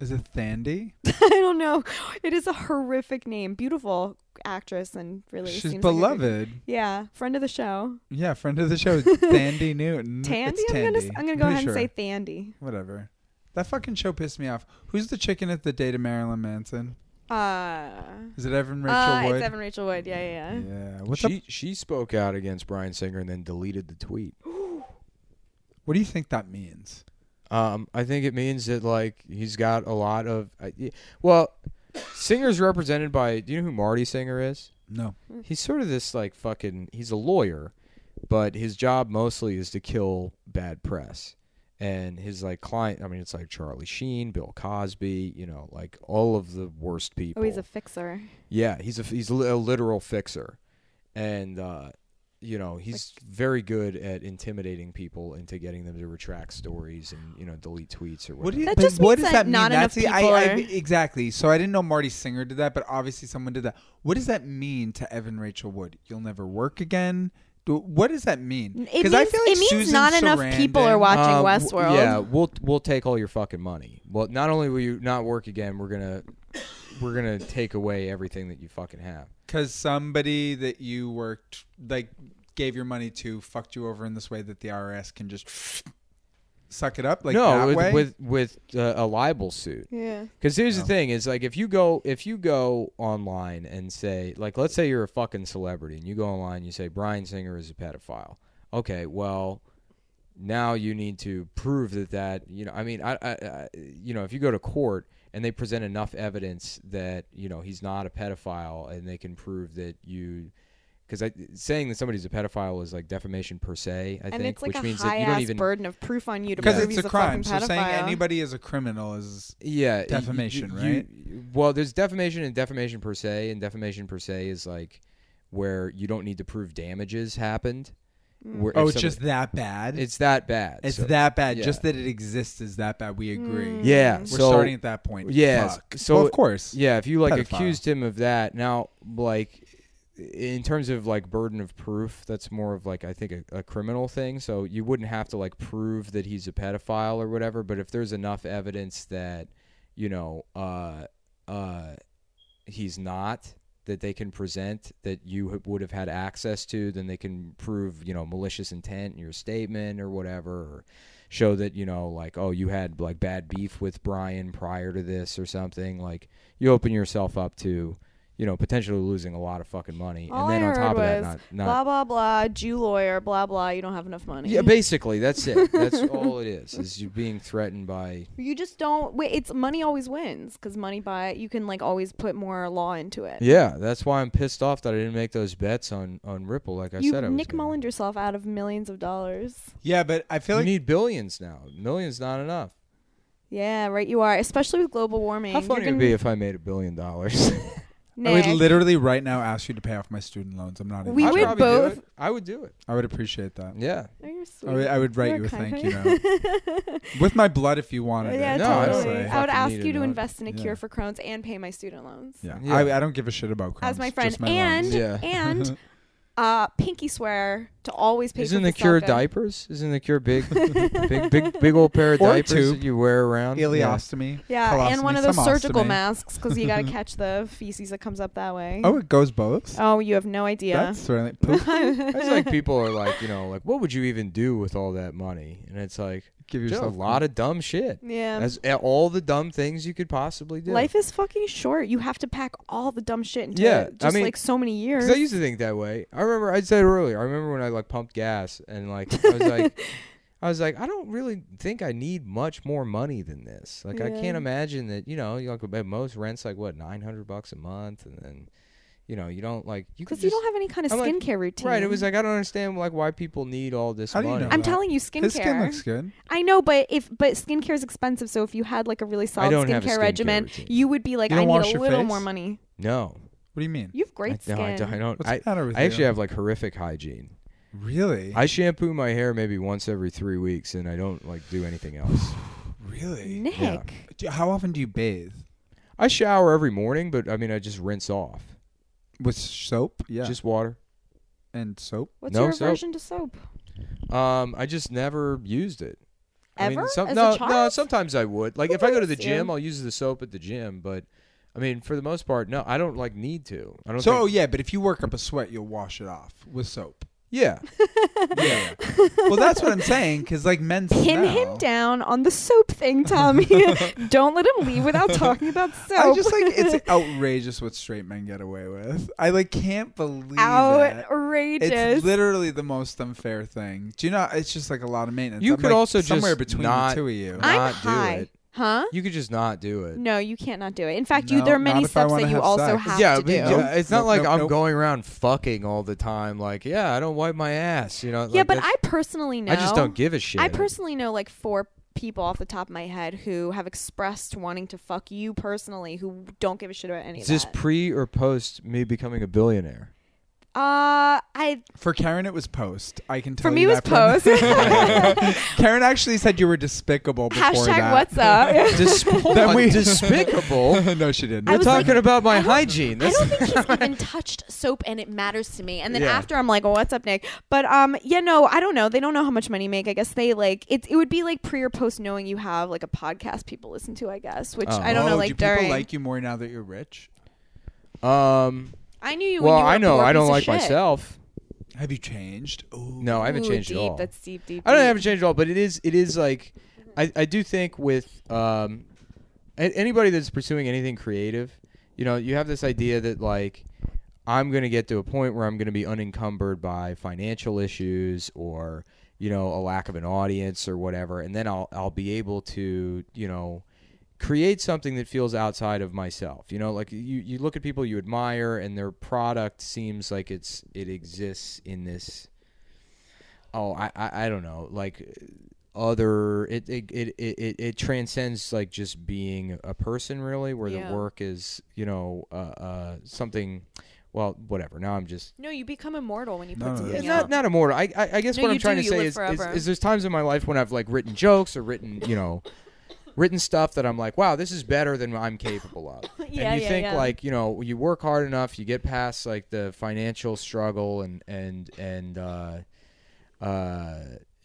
Is it Thandy? I don't know. It is a horrific name. Beautiful actress, and really She's seems like a good- beloved. yeah, friend of the show. yeah, friend of the show, Tandy Newton. Tandy. Mm, It's I'm gonna. s- Tandy. I'm gonna go pretty ahead sure. and say Thandy. whatever. That fucking show pissed me off. Who's the chicken at the date of Marilyn Manson? Uh. Is it Evan Rachel uh, Wood? it's uh-huh. Evan Rachel Wood. Yeah, yeah. yeah. yeah. What's up? she she spoke out against Brian Singer and then deleted the tweet. What do you think that means? Um, I think it means that like he's got a lot of I- y- well, Singer's represented by. Do you know who Marty Singer is? No. Hmm. He's sort of this like fucking. He's a lawyer, but his job mostly is to kill bad press. And his like client, I mean, it's like Charlie Sheen, Bill Cosby, you know, like all of the worst people. Oh, he's a fixer. Yeah, he's a he's li- a literal fixer, and uh, you know he's very good at intimidating people into getting them to retract stories and you know delete tweets or whatever. What do you? That but just what means does that that mean? not enough That's the- I, people I, are- exactly. So I didn't know Marty Singer did that, but obviously someone did that. What does that mean to Evan Rachel Wood? You'll never work again. Do, what does that mean? It means, I feel like it means Susan not enough Sarandon- people are watching Um, Uh, w- Westworld. Yeah, we'll we'll take all your fucking money. Well, not only will you not work again, we're gonna we're gonna take away everything that you fucking have. because somebody that you worked like gave your money to fucked you over in this way that the IRS can just suck it up like no, that with, way. with with uh, a libel suit. Yeah. Because here's No. the thing: is like if you go if you go online and say like let's say you're a fucking celebrity and you go online and you say Brian Singer is a pedophile. Okay, well now you need to prove that that you know I mean I, I, I you know if you go to court and they present enough evidence that you know he's not a pedophile, and they can prove that you. Because saying that somebody's a pedophile is like defamation per se, I and think, it's like which a means high that you don't ass even burden of proof on you to because prove it's he's a crime. So fucking pedophile. saying anybody is a criminal is yeah y- y- Defamation, you- right? you- well, there's defamation and defamation per se, and defamation per se is like where you don't need to prove damages happened. Where if oh, it's somebody- just that bad. it's that bad. It's So- that bad. yeah. Just that it exists is that bad. We agree. Mm. yeah. We're so starting at that point. yeah, Fuck. so- Well, of course. yeah, if you like Pedophile. accused him of that, now like in terms of like burden of proof, that's more of like I think a, a criminal thing. So you wouldn't have to like prove that he's a pedophile or whatever. But if there's enough evidence that you know uh uh he's not that they can present that you ha- would have had access to, then they can prove you know malicious intent in your statement or whatever. Or, show that you know like oh you had like bad beef with Brian prior to this or something like you open yourself up to you know potentially losing a lot of fucking money All and then I on top of heard that was, not, not blah blah blah, Jew lawyer, blah blah. You don't have enough money. yeah basically that's it that's all it is is you being threatened by you just don't. Wait, it's money always wins because money buy. You can like always put more law into it. yeah that's why I'm pissed off that I didn't make those bets on on Ripple like I you said I was Nick gonna. Mullened yourself out of millions of dollars. Yeah, but I feel you like need billions now millions not enough Yeah, right. You are, especially with global warming. how funny You're it would gonna- be if I made a billion dollars I would Nick, literally right now ask you to pay off my student loans. I'm not. even We I joking. would probably do both- it. I would do it I would appreciate that. yeah oh, you're I would, sweet. I would write You're you a thank you kind. note with my blood if you wanted it. yeah, No, I don't totally. say. I, would Fucking ask need you it, to no. invest in a Yeah. cure for Crohn's and pay my student loans. Yeah, Yeah. I, I don't give a shit about Crohn's. As my friend, just my and loans. Yeah. and uh, pinky swear to always pay. Isn't for the cure Veselka. diapers? Isn't the cure big, big, big, big old pair of Or a diapers tube. that you wear around? ileostomy. Yeah, and one of those colostomy, surgical eh? somostomy. masks because you got to catch the feces that comes up that way. Oh, it goes both. Oh, you have no idea. That's really poop. Yeah. It's like people are like, you know, like what would you even do with all that money? And it's like Give do a yourself lot of dumb shit. yeah. That's a- all the dumb things you could possibly do. Life is fucking short. You have to pack all the dumb shit into Yeah, it, I just mean, like so many 'Cause years. I used to think that way. I remember I said earlier. I remember when I like pumped gas and like I was like, I was like, I don't really think I need much more money than this. Like I Yeah. can't imagine that. You know, you like at most rents like what nine hundred bucks a month, and then, you know, you don't like you could Because you just don't have any kind of I'm like- skincare routine. Right. It was like I don't understand like why people need all this How do you money. know I'm that? telling you, uh, His skin skincare. looks good. I know, but if but skincare is expensive, so if you had like a really solid don't have a skincare regimen, routine. you would be like, You don't I need wash a your little face? more money. no. What do you mean? You have great I, skin. no, I don't. I, don't, What's I, the matter with I actually you? have like horrific hygiene. Really? I shampoo my hair maybe once every three weeks, and I don't like do anything else. really? Nick, Yeah. Do- How often do you bathe? I shower every morning, but I mean I just rinse off. With soap? Yeah. Just water. and soap. what's No your soap. aversion to soap? Um, I just never used it. I mean, Ever? some, As a no, no. child? Sometimes I would. Like if I go to the gym, Yeah. I'll use the soap at the gym. But I mean, for the most part, no. I don't like need to. I don't. So oh, think, yeah, but if you work up a sweat, you'll wash it off with soap. yeah. Yeah. well, that's what I'm saying. Because like men Pin smell. him down on the soap thing, Tommy. don't let him leave without talking about soap. I just like it's outrageous what straight men get away with. I like can't believe that. outrageous. It's literally the most unfair thing. Do you know? It's just like a lot of maintenance. You I'm, could like, also somewhere just between not- the two of you. I- I'm not do high, it. huh? You could just not do it. No, you can't not do it. In fact, you No, there are not many if I steps wanna that you have also sex. have yeah, to but do. yeah. yeah, it's not Nope, like nope, I'm nope. going around fucking all the time. Like, yeah, I don't wipe my ass. You know. Yeah, like, but I that's- personally know. I just don't give a shit. I personally know like four people off the top of my head who have expressed wanting to fuck you personally who don't give a shit about any Is of this that. pre or post me becoming a billionaire? uh, I For Karen, it was post. I can tell for me you it that was from- post. Hashtag Karen actually said you were despicable before that. what's up. Dis- hold Then on, we- despicable. no, she didn't. We're was talking like, about I my don't- hygiene. I That's don't think he's even touched soap and it matters to me. And then Yeah. after I'm like, well, what's up, Nick? But um, yeah, no, I don't know. They don't know how much money you make. I guess they like it. It would be like pre or post knowing you have like a podcast people listen to. I guess, which Oh. I don't oh, know. Like do people during, like you more now that you're rich? um. I knew you. when Well, you were I a know poor I don't piece of like shit. myself. Have you changed? Ooh. No, I haven't Ooh, changed deep, at all. That's deep, deep. I don't deep. haven't changed at all, but it is it is like I, I do think with um a- anybody that's pursuing anything creative, you know, you have this idea that like I'm gonna get to a point where I'm gonna be unencumbered by financial issues or you know a lack of an audience or whatever, and then I'll I'll be able to you know create something that feels outside of myself. You know, like you, you look at people you admire and their product seems like it's it exists in this oh, I I, I don't know, like other it it, it it it it transcends like just being a person really where Yeah. the work is, you know, uh, uh something well, whatever. Now I'm just No, you become immortal when you No, put no, something that's- it's out. not not immortal. I I, I guess No, what I'm you trying do. to You say live is, is forever. is there's times in my life when I've like written jokes or written you know written stuff that I'm like, wow, this is better than I'm capable of. Yeah, and you yeah, think yeah. like you know you work hard enough, you get past like the financial struggle and and and uh, uh,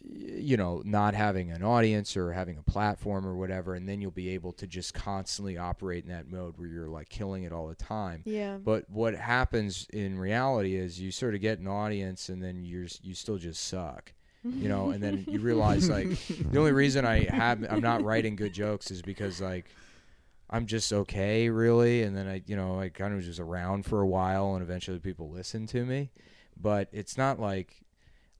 you know not having an audience or having a platform or whatever, and then you'll be able to just constantly operate in that mode where you're like killing it all the time. yeah. But what happens in reality is you sort of get an audience, and then you're s- you still just suck, you know. And then you realize like the only reason I have I'm not writing good jokes is because like I'm just okay, really. And then I you know I kind of was just around for a while, and eventually people listen to me. But it's not like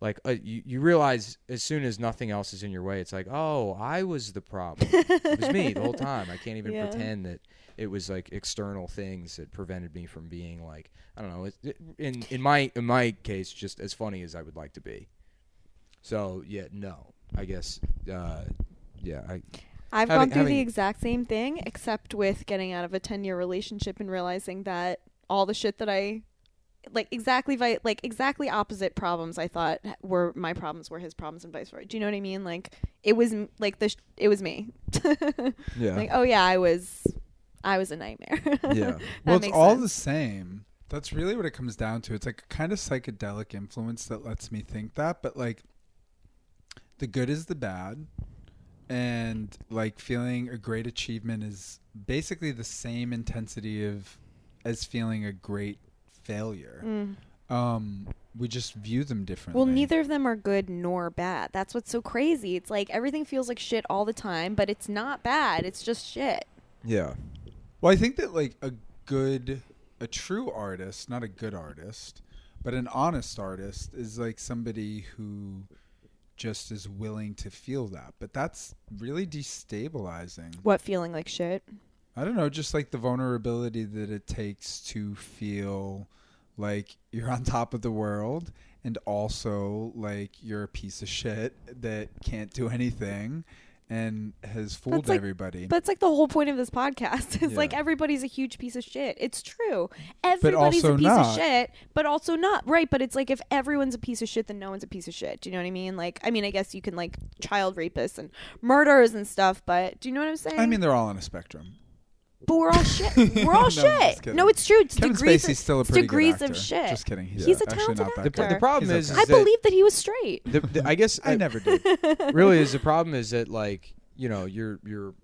like uh, you, you realize as soon as nothing else is in your way it's like oh i was the problem it was me the whole time i can't even Yeah. pretend that it was like external things that prevented me from being like i don't know it, it- in in my in my case just as funny as i would like to be so yeah no i guess uh yeah i I've Having- gone through having- the exact same thing, except with getting out of a 10 year relationship and realizing that all the shit that I, like, exactly, vi- like, exactly opposite problems I thought were my problems were his problems and vice versa. Do you know what I mean? Like, it was, m- like, the, sh- it was me. yeah Like, oh yeah, I was, I was a nightmare. yeah well, it's makes all sense. the same. That's really what it comes down to. It's like a kind of psychedelic influence that lets me think that, but like the good is the bad, and like feeling a great achievement is basically the same intensity of as feeling a great failure. Mm. Um, we just view them differently. Well, neither of them are good nor bad. That's what's so crazy. It's like everything feels like shit all the time, but it's not bad. It's just shit. yeah Well, I think that like a good, a true artist, not a good artist, but an honest artist is like somebody who just is willing to feel that. But that's really destabilizing. What feeling like shit? I don't know, just like the vulnerability that it takes to feel like you're on top of the world and also like you're a piece of shit that can't do anything and has fooled That's like- everybody. But it's like the whole point of this podcast. It's like Yeah. everybody's a huge piece of shit. It's true. Everybody's also a piece not. of shit, but also not. Right, but it's like if everyone's a piece of shit, then no one's a piece of shit. Do you know what I mean? Like I mean, I guess you can like child rapists and murderers and stuff, but do you know what I'm saying? I mean, they're all on a spectrum. but we're all shit. We're all No, I'm just shit. kidding. No, it's true. It's Kevin degrees Spacey's of, still a it's pretty degrees good actor. of shit. Just kidding. He's, He's a actually not that talented the, good. the problem He's is, okay. I is that- believe that he was straight. the, the- i guess I I- never did. really is the problem is that like you know you're you're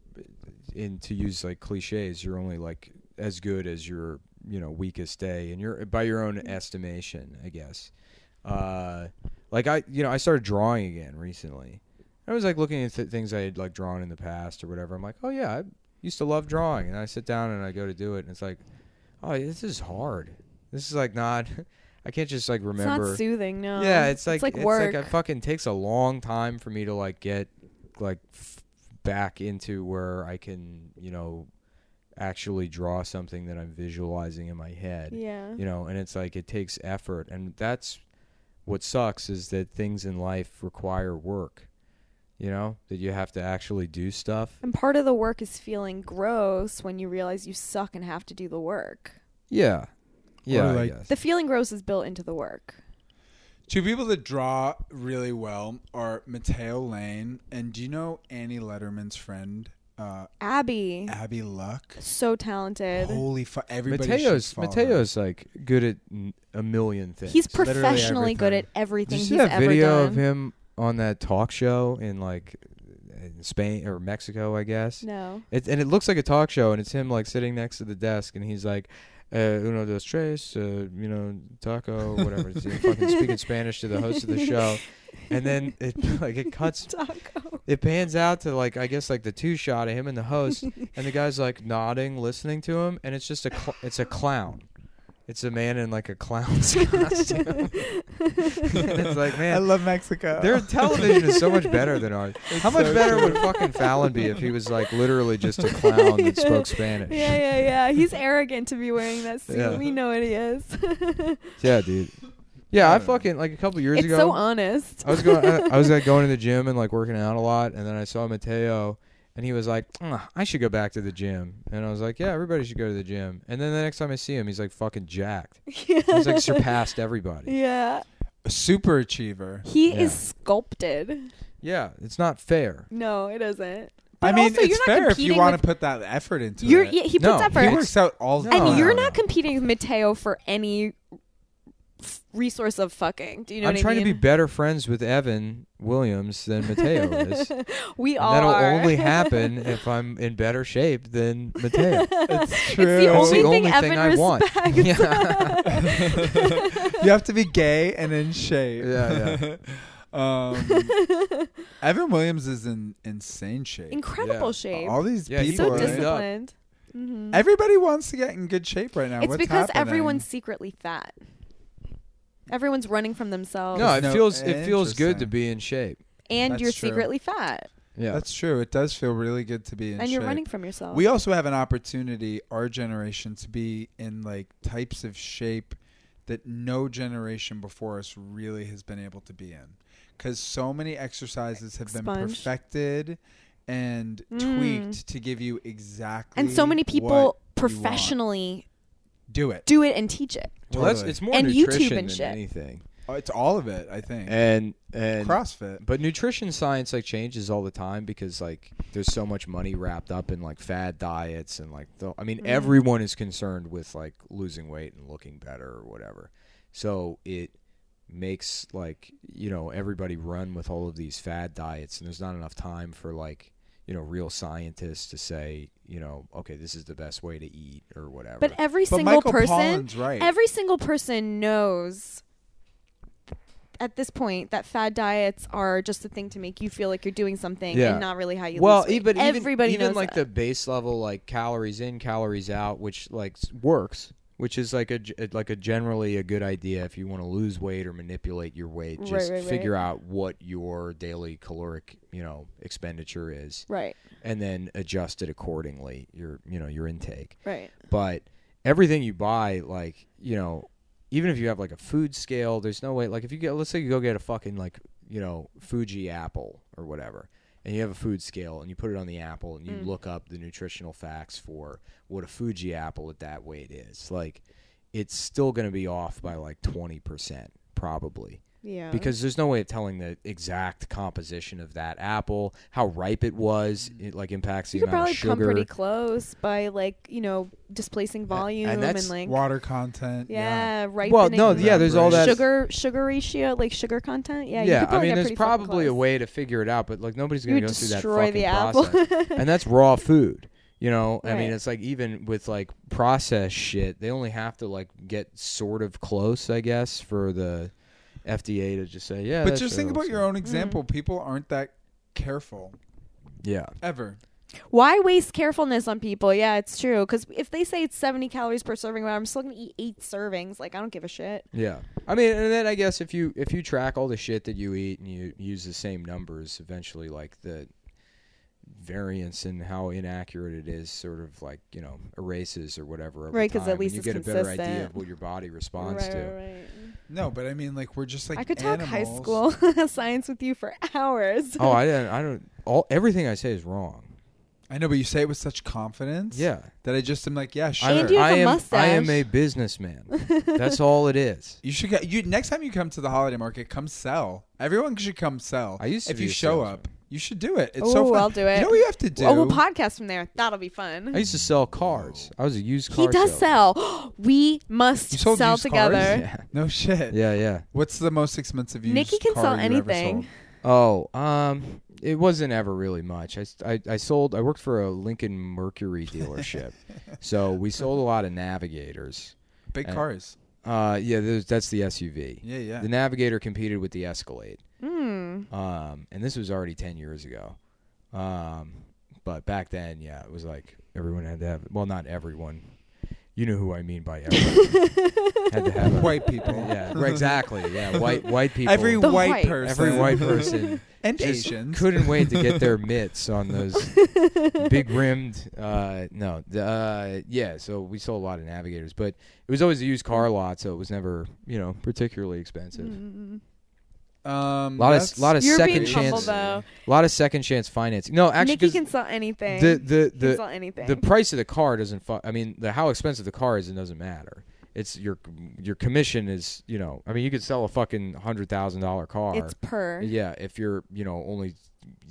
in to use like cliches you're only like as good as your you know weakest day and you're by your Mm-hmm. own estimation i guess uh like i you know i started drawing again recently i was like looking at th- things i had like drawn in the past or whatever i'm like oh yeah i used to love drawing and i sit down and i go to do it and it's like oh this is hard this is like not i can't just like It's remember not soothing. No. yeah, Um, it's like it's like like, work. it fucking takes a long time for me to like get like f- back into where I can, you know, actually draw something that I'm visualizing in my head. yeah. You know, and it's like it takes effort and that's what sucks is that things in life require work. You know, that you have to actually do stuff. And part of the work is feeling gross when you realize you suck and have to do the work. Yeah. Or, Yeah, I like- guess. The feeling gross is built into the work. Two people that draw really well are Mateo Lane and do you know Annie Letterman's friend, uh, Abby, Abby Luck? so talented. Holy fuck! Everybody should Mateo's follow her. Mateo's like good at n- a million things. He's literally professionally good at Did everything you he's see that ever video done. of him on that talk show in like in Spain or Mexico, I guess? No. It, and it looks like a talk show, and it's him like sitting next to the desk, and he's like, uh, "Uno dos tres," uh, you know, taco, whatever. He's fucking speaking Spanish to the host of the show, and then it like it cuts Taco. it pans out to like I guess like the two shot of him and the host, and the guy's like nodding, listening to him, and it's just a cl- it's a clown. It's a man in like a clown's costume. it's like, man, I love Mexico. Their television is so much better than ours. How much so better true. would fucking Fallon be if he was like literally just a clown that spoke Spanish? Yeah, yeah, yeah. He's arrogant to be wearing that suit. Yeah. We know it he is. Yeah, dude. Yeah, I Yeah. fucking like a couple years it's ago. so honest. I was going. I, I was like going to the gym and like working out a lot, and then I saw Mateo, and he was like, "Ugh, "I should go back to the gym," and I was like, "Yeah, everybody should go to the gym." And then the next time I see him, he's like fucking jacked. He's like surpassed everybody. yeah. a super achiever. He Yeah. is sculpted. Yeah, it's not fair. No, it isn't. I But mean, also, it's you're not fair if you competing want with- to put that effort into You're, it. yeah, he puts No, effort. he works out all the And time. and you're no, not competing with Mateo for any f- resource of fucking. Do you know I'm what trying I mean? to be better friends with Evan Williams than Mateo is. we And all that'll are. only happen if I'm in better shape than Mateo. It's It's true. the That's only, the only thing, thing Evan I want. respects. Yeah. you have to be gay and in shape. Yeah, um, Evan Williams is in insane shape. Incredible Yeah. shape. All these Yeah, he's people. so Right. are- disciplined. disciplined. Mhm. Everybody wants to get in good shape right now. It's What's because happening? everyone's secretly fat. Everyone's running from themselves, No, it No, feels it feels good to interesting. be in shape. and that's you're true. secretly fat, Yeah. That's true. It does feel really good to be in and shape. you're running from yourself. Uh, We also have an opportunity, our generation, to be in like types of shape that no generation before us really has been able to be in. Because so many exercises have been Sponge. perfected and Mm. tweaked to give you exactly and so many what people professionally do it. do it and teach it. well, that's Totally. it's more And YouTube nutrition and than shit. anything. Oh, It's all of it, I think. And and CrossFit. but nutrition science like changes all the time because like there's so much money wrapped up in like fad diets and like the, I mean everyone is concerned with like losing weight and looking better or whatever. So it makes like you know everybody run with all of these fad diets and there's not enough time for like you know real scientists to say you know okay this is the best way to eat or whatever But every But single Michael person, Pollan's right. every single person knows at this point that fad diets are just a thing to make you feel like you're doing something Yeah. and not really how you. well lose weight. even even- everybody even knows like that. the base level like calories in calories out which like s- works which is like a g- uh, like a generally a good idea if you want to lose weight or manipulate your weight Right, just right, figure out what your daily caloric you know expenditure is right, and then adjust it accordingly your you know your intake right. but everything you buy like you know even if you have like a food scale there's no way like if you get let's say you go get a fucking like you know fuji apple or whatever and you have a food scale and you put it on the apple and you Mm. look up the nutritional facts for what a fuji apple at that weight is like it's still going to be off by like 20% probably Yeah. because there's no way of telling the exact composition of that apple how ripe it was it like impacts Mm. you the could amount probably of sugar come pretty close by like you know displacing volume and, that's like Water content. yeah, ripening. well no yeah there's all that sugar sugar ratio like sugar content. Yeah, you could I probably mean, get there's pretty fucking probably a close. way to figure it out, but like nobody's You gonna would go through that destroy fucking the apple. process, and that's raw food. You know, I mean, Right. it's like even with like processed shit, they only have to like get sort of close, I guess, for the FDA to just say, yeah. But that's just think what about it your looks own Mm. example. People aren't that careful like. Yeah, ever. Why waste carefulness on people? Yeah, it's true. Because if they say it's 70 calories per serving, but I'm still gonna eat eight servings. Like I don't give a shit. yeah. I mean, and then I guess if you if you track all the shit that you eat and you use the same numbers, eventually, like the variance in how inaccurate it is sort of like you know erases or whatever over Right, 'cause at time, and least you it's get a better idea consistent. of what your body responds to No, but I mean, like we're just like I could talk high animals. school science with you for hours. oh, I don't. I don't. All everything I say is wrong. I know, but you say it with such confidence. Yeah. That I just am like, yeah, sure. I'm- And you have I a am, I mustache. am a businessman. That's all it is. you should get you next time you come to the holiday market, come sell. Everyone should come sell. I used to if be you a show salesman. up, you should do it. It's so Ooh, fun. I'll do it. You know what you have to do? Oh, we'll podcast from there. That'll be fun. I used to sell cars. I was a used he car. does salesman. sell. we must You sold sell used together. cars? no shit. Yeah, yeah. What's the most expensive used Nikki can car sell you ever anything. sold? Oh, um, it wasn't ever really much. I, s- I, I sold. I worked for a Lincoln Mercury dealership, so we sold a lot of Navigators. Big Uh, cars. Uh, yeah, there's- that's the SUV. Yeah, yeah. The Navigator competed with the Escalade. Um, and this was already 10 years ago. Um, but back then, yeah, it was like everyone had to have, well, not everyone. You know who I mean by everyone. Had to have a- White people. Yeah, right, exactly. Yeah, white white people. Every The white, white. person. every white person and just Asians. couldn't wait to get their mitts on those big rimmed. Uh, no, the, uh, yeah. So we sold a lot of navigators, but it was always a used Mm-hmm. car lot, so it was never you know particularly expensive. Um, A lot that's- of lot of You're second being humble chance, a though. lot of second chance financing. No, actually, Nikki 'cause can sell anything. the the He can the sell anything. the price of the car doesn't. Fu- I mean, the how expensive the car is, it doesn't matter. It's your your commission is you know. I mean, you could sell a fucking hundred thousand dollar car. it's per yeah, if you're you know only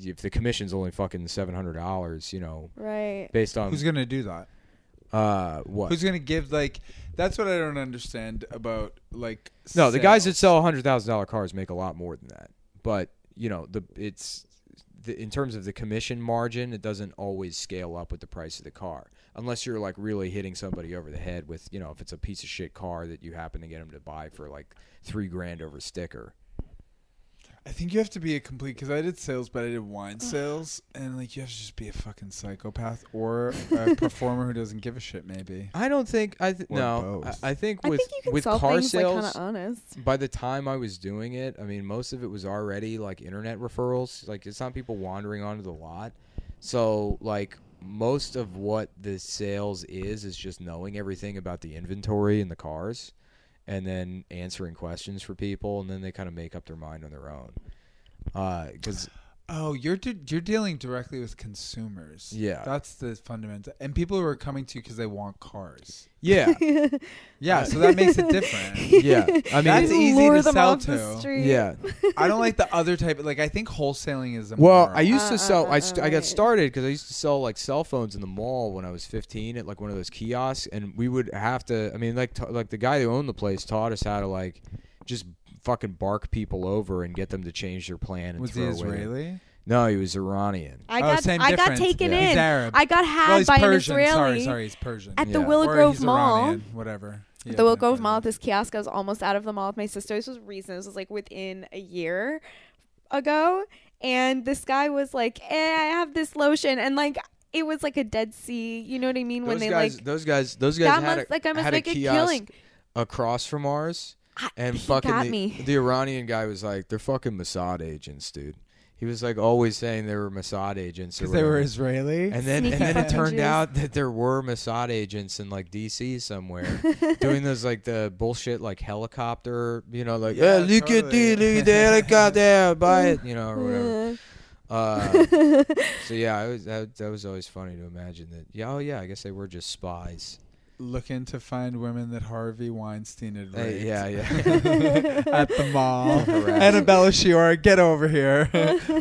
if the commission's only fucking seven hundred dollars, you know, right. based on Who's gonna do that? uh what. Who's gonna give like? That's what I don't understand about like. no, the guys that sales. sell hundred thousand dollar cars make a lot more than that. But you know, the it's the, in terms of the commission margin, it doesn't always scale up with the price of the car, unless you're like really hitting somebody over the head with you know if it's a piece of shit car that you happen to get them to buy for like three grand over sticker. I think you have to be a complete because I did sales, but I did wine sales, and like you have to just be a fucking psychopath or a performer who doesn't give a shit. Maybe I don't think I th- Or no. both. I, I think I with think you can with sell car things sales, like kind of honest. by the time I was doing it, I mean, most of it was already like internet referrals. Like, it's not people wandering onto the lot. So, like, most of what the sales is, is just knowing everything about the inventory and the cars and then answering questions for people. And then they kind of make up their mind on their own. Uh, Because, Oh, you're de- you're dealing directly with consumers. Yeah. that's the fundamental, and people who are coming to you because they want cars. yeah, Yeah, so that makes it different. yeah. I That's mean, easy Lure to them sell off to. The street. yeah. I don't like the other type. Like I think wholesaling is. Well, immoral. I used to sell. I, uh, st- I got right. started because I used to sell like cell phones in the mall when I was 15 at like one of those kiosks, and we would have to. I mean, like t- like the guy who owned the place taught us how to like just fucking bark people over and get them to change their plan. And was he throw away their- Israeli? No, he was Iranian. I Oh, got same I got difference. taken Yeah. in. He's Arab. I got had well, he's by Persian. an Israeli Sorry, sorry, he's Persian. at the Yeah. Willow Or Grove he's Mall. Iranian, whatever. He The Willow opened Grove it. Mall, this kiosk I was almost out of the mall with my sister. This was recent. This was like within a year ago. And this guy was like, eh, I have this lotion. And like, it was like a Dead Sea. You know what I mean? when those they guys, like, those guys, those guys that had must, a, like, I must had make a a kiosk killing. across from ours, I- and he fucking got the, me. the Iranian guy was like, they're fucking Mossad agents, dude. He was like always saying they were Mossad agents or Because they were whatever. Israeli. And then, Sneaky and then it fucking turned Jews. out that there were Mossad agents in like D.C. somewhere doing those like the bullshit like helicopter, you know, like yeah, Yeah, look at totally. this, look at the helicopter, buy it, you know, or whatever. Uh, so yeah, I was that, that was always funny to imagine that. Yeah, oh yeah, I guess they were just spies. looking to find women that Harvey Weinstein had Uh, raped. yeah, yeah. at the mall. Harassed. Annabella Shior, get over here.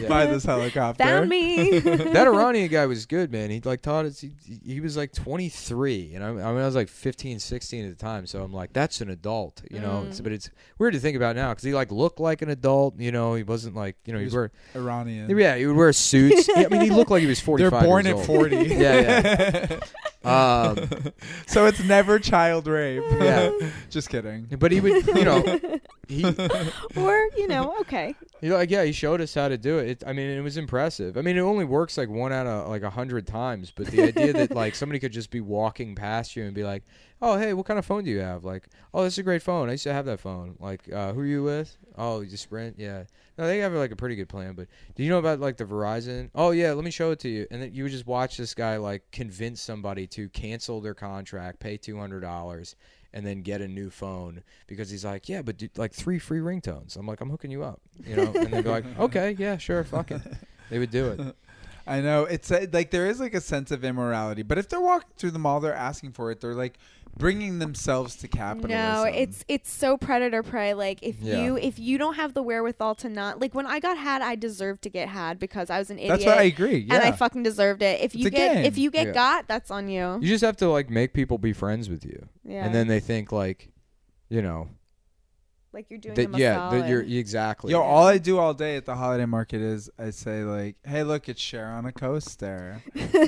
Buy this helicopter. found me. that Iranian guy was good, man. He like taught us. He, he was like 23, and I, I mean, I was like 15, 16 at the time. So I'm like, that's an adult, you know. Mm. It's- but it's weird to think about now because he like looked like an adult, you know. He wasn't like, you know, he was wore Iranian. yeah, he would wear suits. Yeah, I mean, he looked like he was 45. They're born years at old. 40. Yeah, yeah. Um, so it's never child rape. Yeah. Just kidding. but he would, you know, he or you know, okay. You know, like yeah, he showed us how to do it. it. I mean, it was impressive. I mean, it only works like one out of like a hundred times. But the idea that like somebody could just be walking past you and be like, "Oh, hey, what kind of phone do you have?" Like, "Oh, this is a great phone. I used to have that phone." Like, uh, "Who are you with?" "Oh, you Sprint." Yeah. No, they have like a pretty good plan. But do you know about like the Verizon? Oh yeah, let me show it to you. And then you would just watch this guy like convince somebody to cancel their contract, pay two hundred dollars. And then get a new phone because he's like, yeah, but dude, like three free ringtones. I'm like, I'm hooking you up, you know. And they'd be like, okay, yeah, sure, fuck it. They would do it. I know. It's uh, like there is like a sense of immorality. But if they're walking through the mall, they're asking for it. They're like bringing themselves to capitalism. No, it's it's so predator prey. Like if Yeah. you if you don't have the wherewithal to not like when I got had, I deserved to get had because I was an idiot. That's what I agree. Yeah. And I fucking deserved it. If you a get game. if you get Yeah. got, that's on you. You just have to like make people be friends with you, Yeah. and then they think like, you know, Like you're doing That- them a yeah, solid. that you're exactly. Yo, all I do all day at the holiday market is I say like, "Hey, look, it's Cher on a coaster.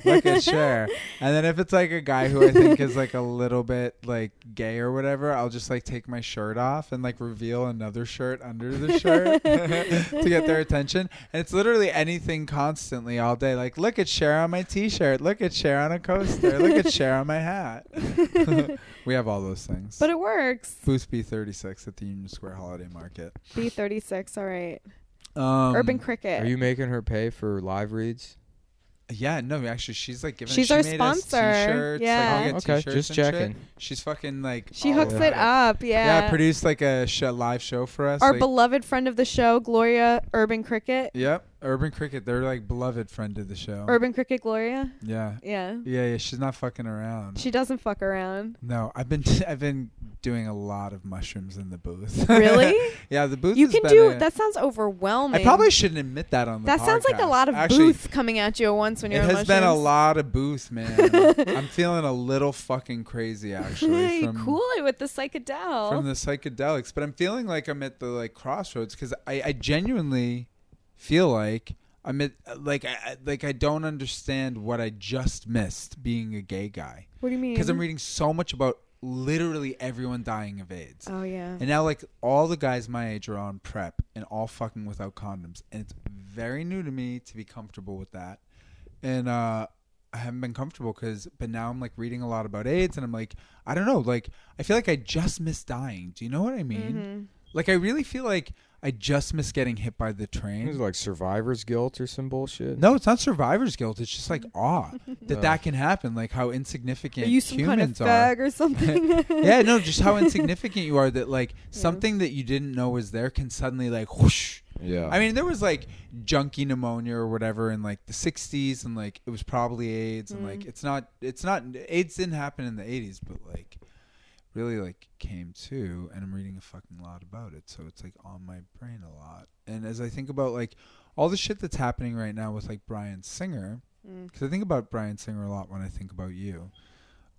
Look at Cher." And then if it's like a guy who I think is like a little bit like gay or whatever, I'll just like take my shirt off and like reveal another shirt under the shirt to get their attention. And it's literally anything constantly all day. Like, look at Cher on my T-shirt. Look at Cher on a coaster. Look at Cher on my hat. we have all those things. But it works. Booth B thirty six at the Union Square Holiday Market. B thirty six. All right. Um, Urban Are Cricket. you making her pay for live reads? Yeah, no, actually, she's like giving. She's she our made us sponsor. T-shirts, Yeah. like, I'll get Okay, t-shirts just and shit. checking. She's fucking like. she all hooks about it up. Yeah. Yeah, produced like a sh- live show for us. Our like- beloved friend of the show, Gloria Urban Cricket. yep, Urban Cricket. They're like beloved friend of the show. Urban Cricket Gloria. yeah, Yeah. yeah, yeah. She's not fucking around. She doesn't fuck around. no, I've been I've been doing a lot of mushrooms in the booth. Really? yeah, the booth. you has can been do a- that sounds overwhelming. I probably shouldn't admit that on the. That sounds like a podcast. lot of Actually, booth coming at you at once when It you're has on been a mushrooms. lot of booth, man. I'm feeling a little fucking crazy actually. From, cool it with the psychedel. from the psychedelics but i'm feeling like i'm at the like crossroads because I, I genuinely feel like i'm at like I- I like i don't understand what i just missed being a gay guy What do you mean? because i'm reading so much about literally everyone dying of aids Oh yeah. and now like all the guys my age are on prep and all fucking without condoms and it's very new to me to be comfortable with that and uh I haven't been comfortable because, but now I'm like reading a lot about AIDS, and I'm like, I don't know, like I feel like I just miss dying. Do you know what I Mm-hmm. mean? Mm-hmm. Like I really feel like I just miss getting hit by the Is it train. like survivor's guilt or some bullshit? Mm-hmm. No, it's not survivor's guilt. It's just like awe that that can happen. Like how insignificant Are Mm-hmm. you some kind of humans are. fag or something? yeah, no, just how insignificant you are that like something that you didn't know was there can suddenly like whoosh. Yeah. I mean, there was like junky pneumonia or whatever in like the 60s and like it was probably AIDS and like it's not it's not AIDS didn't happen in the 80s, but like really like came to and I'm reading a fucking lot about it. So it's like on my brain a lot. And as I think about like all the shit that's happening right now with like Brian Singer, because I think about Brian Singer a lot when I think about you.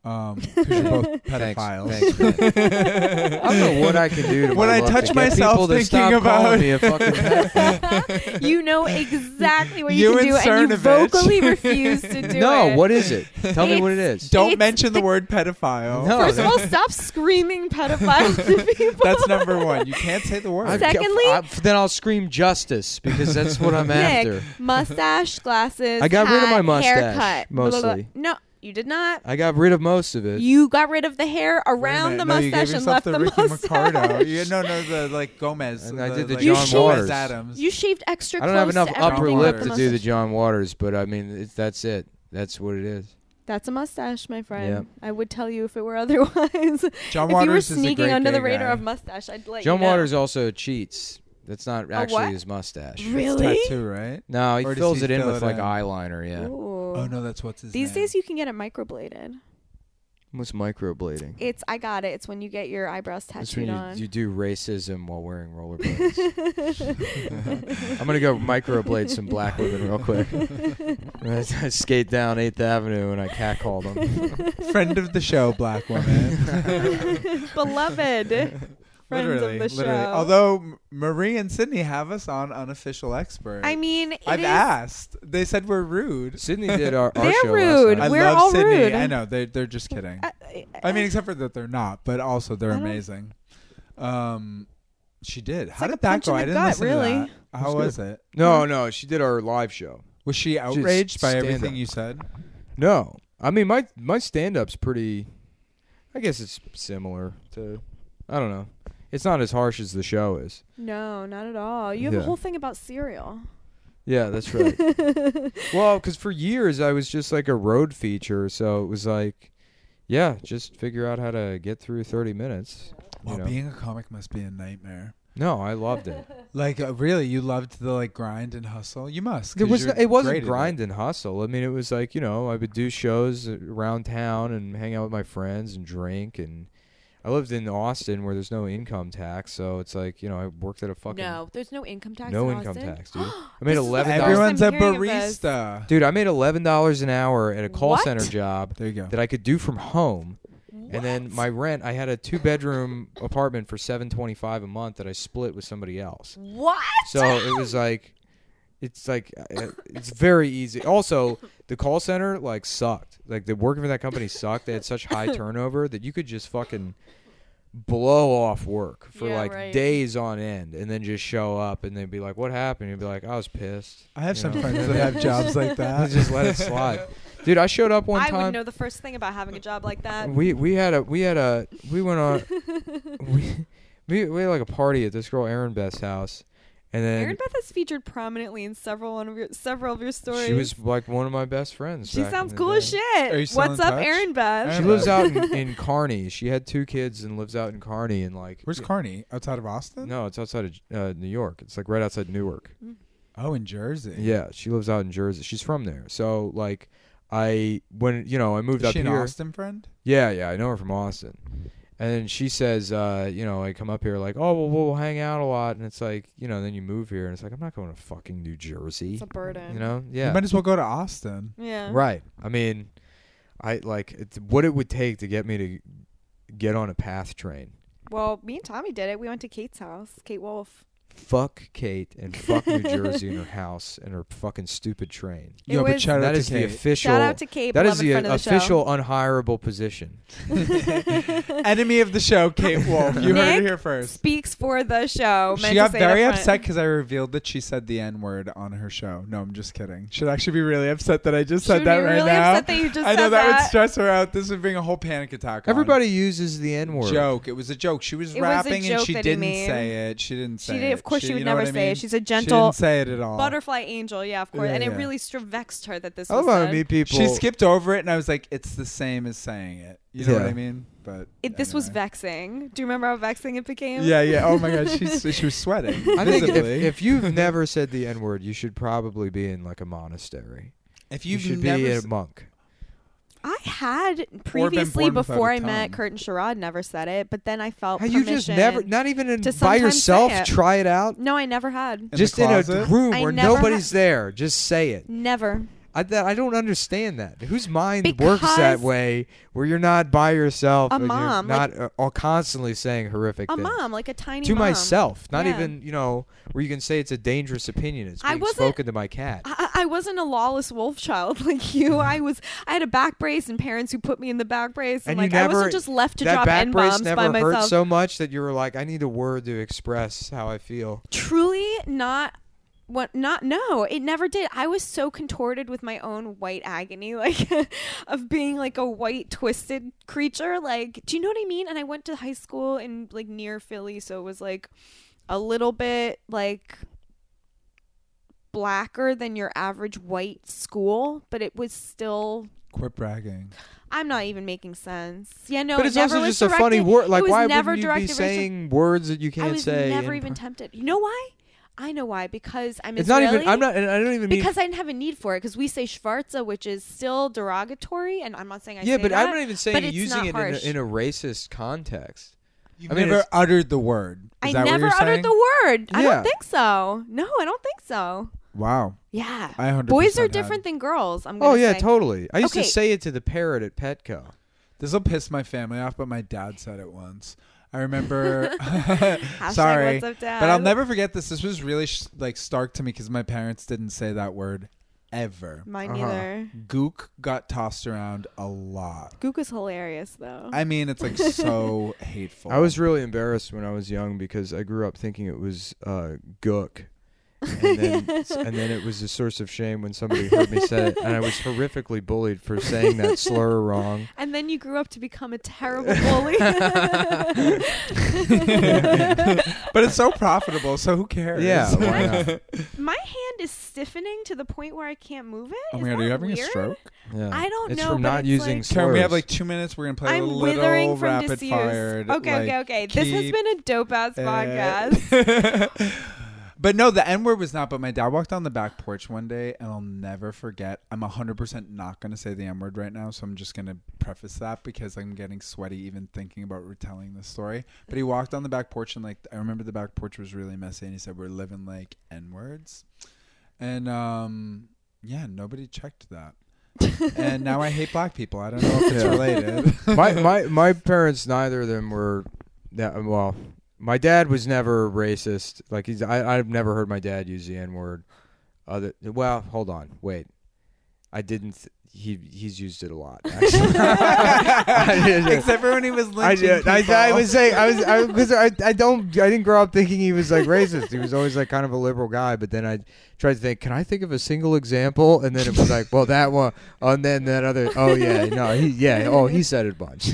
Um, because you're both Thanks. pedophiles. Thanks, man. I don't know what I can do. To When my I luck to touch get myself people to thinking stop about- calling me a fucking pedophile. you know exactly what you, You can do, and and you Cernovich. vocally refuse to do no, it. what is it? Tell me what it is. Don't It's mention the, the- word pedophile. No, First of that- all, stop screaming pedophile to people. That's number one. You can't say the I- word. Secondly- I- then I'll scream justice because that's what I'm after. Nick, mustache, glasses. I got rid of my hat, mustache, haircut, blah, blah, blah. mostly. No, you did not. I got rid of most of it. You got rid of the hair Wait a around the minute. No, you gave mustache and left yourself the, Ricky mustache. Ricardo. You- no, no, the like Gomez. And I did the like, John Gomez Waters. Adams. You shaved extra. I don't have close enough to upper everything everything lip with to the do the mustache. John Waters, but I mean, it, that's it. That's what it is. That's a mustache, my friend. Yep. I would tell you if it were otherwise. John if you were Waters is a sneaking great under the gay radar guy. of mustache, I'd let John you know. Waters also cheats. That's not what? actually his mustache. Really? tattoo, right? No, he Or does fills he it in fill with it like in? eyeliner. Yeah. Ooh. Oh no, that's what's his These name. days you can get it microbladed. What's microblading? It's I got it. It's when you get your eyebrows That's tattooed when you, on. you do racism while wearing rollerblades. I'm gonna go microblade some black women real quick. I skate down Eighth Avenue and I catcall them. friend of the show, black woman. Beloved. Friends literally, of the literally. show. Although M- Marie and Sydney have us on unofficial expert. I mean, it I've is- asked. They said we're rude. Sydney did our, our They're show rude. I last night. We're love all Sydney. rude. I know they they're just kidding. I, I mean, except for that they're not, but also they're don't- amazing. Um, she did. How like a did that punch in go? I the didn't gut, listen really. to that. How was it? No, no, she did our live show. Was she outraged by stand everything up. you said? No, I mean my my stand up's pretty. I guess it's similar to. I don't know. It's not as harsh as the show is. no, not at all. You have Yeah. a whole thing about cereal. Yeah, that's right. well, because for years I was just like a road feature, so it was like, yeah, just figure out how to get through thirty minutes. Well, know. being a comic must be a nightmare. No, I loved it. Like uh, really, you loved the like grind and hustle. You must. 'cause It was you're it great at wasn't grind and hustle. I mean, it was like you know I would do shows around town and hang out with my friends and drink and. I lived in Austin where there's no income tax, so it's like you know I worked at a fucking No, there's no income tax. no in income Austin? tax, dude. I made This is the eleven first dollars, Everyone's a I'm hearing of this. barista. dude. I made eleven dollars an hour at a call What? center job There you go. that I could do from home, And then my rent, I had a two bedroom apartment for seven twenty five a month that I split with somebody else. What? So it was like, it's like, uh, it's very easy. Also, the call center like sucked. Like the working for that company sucked. They had such high turnover that you could just fucking blow off work for Yeah, like right. days on end, and then just show up, and they'd be like, "What happened?" You'd be like, "I was pissed." I have You some know? friends that have jobs like that. just let it slide. Dude, I showed up one I time. would know the first thing about having a job like that. we we had a we had a we went on we, we we had like a party at this girl Aaron Beth's house, and then Aaron Beth has featured prominently in several one of your several of your stories. she was like one of my best friends. She back in sounds the cool as day. shit. Are you still What's in up, touch? Aaron Beth? She Aaron lives Beth. out in, in Kearney. She had two kids and lives out in Kearney and like Where's Carney? Outside of Austin? No, it's outside of uh, New York. It's like right outside Newark. Oh, in Jersey. Yeah, she lives out in Jersey. She's from there. So like I when you know I moved Is up she an here. Austin friend? Yeah, yeah, I know her from Austin. And then she says, uh, you know, I come up here like, oh, well, we'll hang out a lot. And it's like, you know, then you move here and it's like, I'm not going to fucking New Jersey. It's a burden. You know? You Yeah. might as well go to Austin. Yeah. Right. I mean, I like it's what it would take to get me to get on a path train. Well, me and Tommy did it. We went to Kate's house, Kate Wolf. Fuck Kate and fuck New Jersey and her house and her fucking stupid train. It Yo, but was- shout out that to is the Kate. official. Shout out to Kate, that is beloved the friend of the official unhireable position. Enemy of the show, Kate Wolf. You heard it Nick here show. first. Speaks for the show. She Meant got to say very it up front. upset because I revealed that she said the N word on her show. No, I'm just kidding. She'd actually be really upset that I just She said would that be right really now. upset that you just I know said that, would that. stress her out. This would bring a whole panic attack. on. Everybody uses the N word. joke. It was a joke. She was It was a rapping and joke she that he didn't made. say it. She didn't say She did. it. Of course, she, you would know never what I say mean? it. She's a She gentle didn't say it at all. butterfly angel. Yeah, of course. Yeah, and yeah. it really sort of vexed her that this I was want said. to meet people. She skipped over it, and I was like, "It's the same as saying it." You know what Yeah. I mean? But It, this was anyway. vexing. Do you remember how vexing it became? Yeah, yeah. Oh my god, she's she was sweating I think if, visibly. if you've never said the N word, you should probably be in like a monastery. If You you've should never be a s- monk. I had previously born without before a I met tongue. Kurt and Sharad never said it, but then I felt How you just never, permission not even in, to by sometimes yourself, say it. try it out. No, I never had. the just in a closet? room I where never ha- nobody's there. Just say it. Never. I, that, I don't understand that. Whose mind works Because- that way where you're not by yourself A and you're mom, not uh, all constantly saying horrific A things? mom, like a tiny To mom. myself, not Yeah. even, you know, where you can say it's a dangerous opinion. It's I being wasn't- spoken to my cat. I, I wasn't a lawless wolf child like you. I was. I had a back brace and parents who put me in the back brace, and, And like you never, I wasn't just left to that drop back n brace bombs never by hurt myself. so much that you were like, I need a word to express how I feel. Truly, not. What not no it never did i was so contorted with my own white agony like of being like a white twisted creature like do you know what i mean and i went to high school in like near philly so it was like a little bit like blacker than your average white school but it was still Quit bragging. I'm not even making sense. Yeah, no, it but it's never also was just a funny directed- word. Like, it was why never wouldn't you be directed racial- saying words that you can't I was say? never in even pr- tempted. You know why? I know why because I'm. It's not even. Israeli, I'm not. And I don't even mean. because I didn't have a need for it because we say Schwarza, which is still derogatory, and I'm not saying I. yeah, say but that, I'm not even saying but you're it's using not it in a, harsh. in a racist context. You I I mean, never it's- uttered the word. Is I that never what you're uttered saying? the word. I Yeah. don't think so. No, I don't think so. Wow. Yeah, I 100% boys are had. different than girls. I'm. Oh gonna yeah, say. totally. I used Okay. to say it to the parrot at Petco. This will piss my family off, but my dad said it once. I remember. Hashtag sorry, what's up, Dad. but I'll never forget this. This was really sh- like stark to me because my parents didn't say that word ever. Mine Uh-huh. neither. Gook got tossed around a lot. Gook is hilarious though. I mean, it's like so hateful. I was really embarrassed when I was young because I grew up thinking it was uh, gook. and then, and then it was a source of shame when somebody heard me say it, and I was horrifically bullied for saying that slur wrong. and then you grew up to become a terrible bully. but it's so profitable. So who cares? Yeah, why not? My hand is stiffening to the point where I can't move it. Oh Is my god, are that you having weird? a stroke? Yeah. I don't it's know, from but not it's using like- slurs. Karen, we have like two minutes. We're gonna play a I'm little withering from rapid disuse. fire. okay, okay, okay. This has been a dope ass podcast. podcast. but no, the N word was not. But my dad walked on the back porch one day, and I'll never forget. I'm 100% not going to say the N word right now, so I'm just going to preface that because I'm getting sweaty even thinking about retelling this story. But he walked on the back porch, and like, I remember the back porch was really messy, and he said, We're living like N words. And, um, yeah, nobody checked that. and now I hate black people. I don't know if it's Yeah. related. my my my parents neither of them were that well my dad was never racist like he's I, i've never heard my dad use the n word other well hold on wait i didn't he he's used it a lot actually. I didn't- Except for when he was I, lynching did- I, people. I was saying I was I because I, I don't I didn't grow up thinking he was like racist. He was always like kind of a liberal guy. But then I tried to think, can I think of a single example? And then it was like, well, that one, and then that other. Oh yeah, no, he yeah. Oh, he said it a bunch.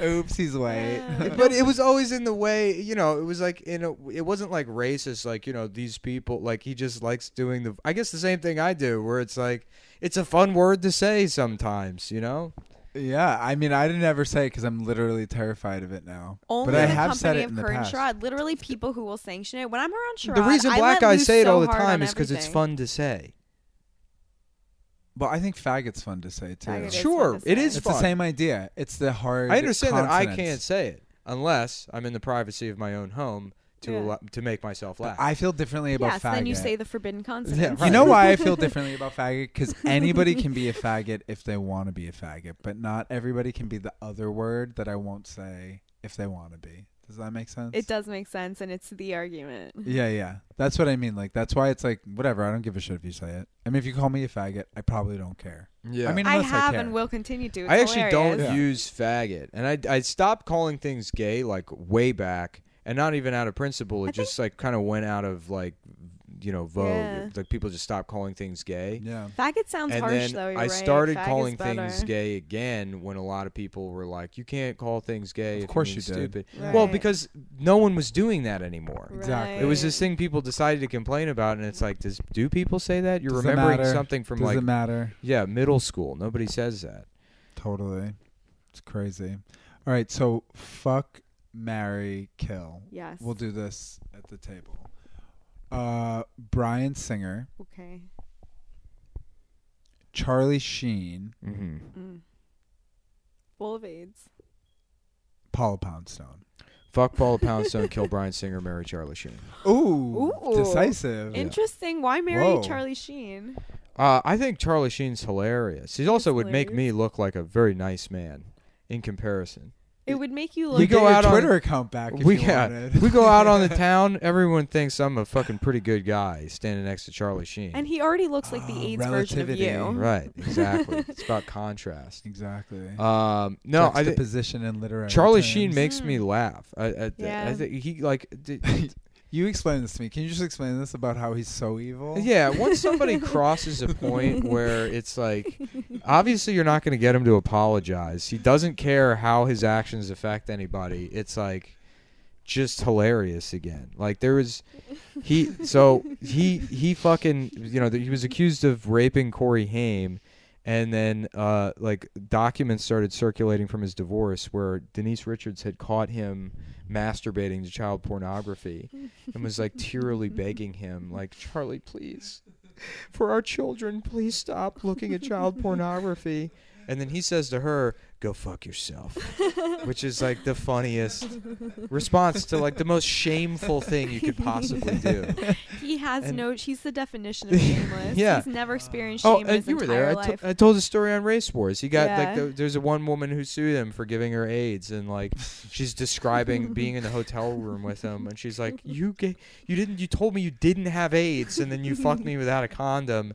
Oops, he's white. but it was always in the way you know it was like in a it wasn't like racist like you know these people like he just likes doing the i guess the same thing i do where it's like it's a fun word to say sometimes you know yeah, I mean, I didn't ever say it because I'm literally terrified of it now. Only but I the have company said it of in the Kern past. Sherrod. Literally, people who will sanction it. When I'm around Sherrod, the reason I black let guys loose say it so all the hard on time is because it's everything. fun to say But I think faggot's fun to say too. Faggot is It's, sure fun to it say. is the fun same idea. It's the hard. i understand that i consonants. can't say it unless i'm in the privacy of my own home to Yeah. allow, to make myself But laugh I feel differently about Yes, faggot. then you say the forbidden consonants. right. You know why I feel differently about faggot? Because anybody can be a faggot if they want to be a faggot, but not everybody can be the other word that I won't say if they want to be. Does that make sense? It does make sense, and it's the argument. Yeah, yeah. That's what I mean. Like that's why it's like whatever. I don't give a shit if you say it. I mean, if you call me a faggot, I probably don't care. yeah I mean, I unless I, have care. and will continue to. It's I actually don't hilarious. Yeah. use faggot, and I I stopped calling things gay like way back, and not even out of principle. It just like kind of went out of like you know vogue. Yeah. Like people just stopped calling things gay. Yeah. Faggot sounds And harsh, then though. You're I right. started Fag is calling better. things gay again when a lot of people were like, "You can't call things gay." Of if course you mean you did. stupid. Well, Right. because no one was doing that anymore. Exactly. It was Right. this thing people decided to complain about, and it's like, does do people say that? You're Does it remembering matter? something from Does like it matter? yeah middle school. Nobody says that. Totally. It's crazy. All right. So fuck, marry, kill. Yes. We'll do this at the table. Uh, Brian Singer, Okay. Charlie Sheen, hmm Mm. Full of AIDS. Paula Poundstone. Fuck Paula Poundstone, kill Brian Singer, marry Charlie Sheen. Ooh, Ooh. decisive. Interesting. Why marry Whoa. Charlie Sheen? Uh, I think Charlie Sheen's hilarious. He also He's would make me look like a very nice man in comparison. It would make you look. You go go your out on- Twitter account back if We you yeah, wanted. we go out on the town. Everyone thinks I'm a fucking pretty good guy standing next to Charlie Sheen. and he already looks like the Ah, AIDS version of relativity. you. right, exactly. it's about contrast. exactly. Um, no, I think position in literary. Charlie terms. Sheen makes Mm. me laugh. I, I, I Yeah. think he like. d- You explain this to me. Can you just explain this about how he's so evil? Yeah, once somebody crosses a point where it's like, obviously you're not going to get him to apologize. He doesn't care how his actions affect anybody. It's like just hilarious again. Like there was he so he he fucking you know he was accused of raping Corey Haim. And then, uh, like documents started circulating from his divorce, where Denise Richards had caught him masturbating to child pornography, and was like tearily begging him, like, Charlie, please, for our children, please stop looking at child pornography. And then he says to her, Go fuck yourself. Which is like the funniest response to like the most shameful thing you could possibly do. He has And- no. He's the definition of shameless. Yeah. He's never experienced shame Oh, in and his you were entire there. I, life. to- I told the story on Race Wars. He got like Yeah. the, there's a one woman who sued him for giving her AIDS, and like she's describing being in the hotel room with him, and she's like, "You ga- you didn't, you told me you didn't have AIDS, and then you fucked me without a condom."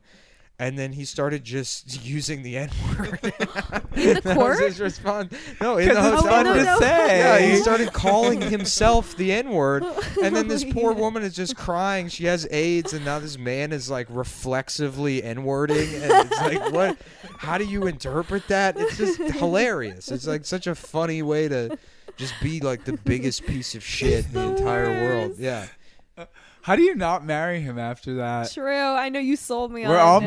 And then he started just using the N word. in the That was court. his response. No, in the Because it's hotel fun to room. no, no. say. Yeah, he started calling himself the N word, and then this poor woman is just crying. She has AIDS, and now this man is like reflexively N wording, and it's like, what? How do you interpret that? It's just hilarious. It's like such a funny way to just be like the biggest piece of shit in the the entire world. worst. Yeah. How do you not marry him after that? True. I know you sold me. We're on all it.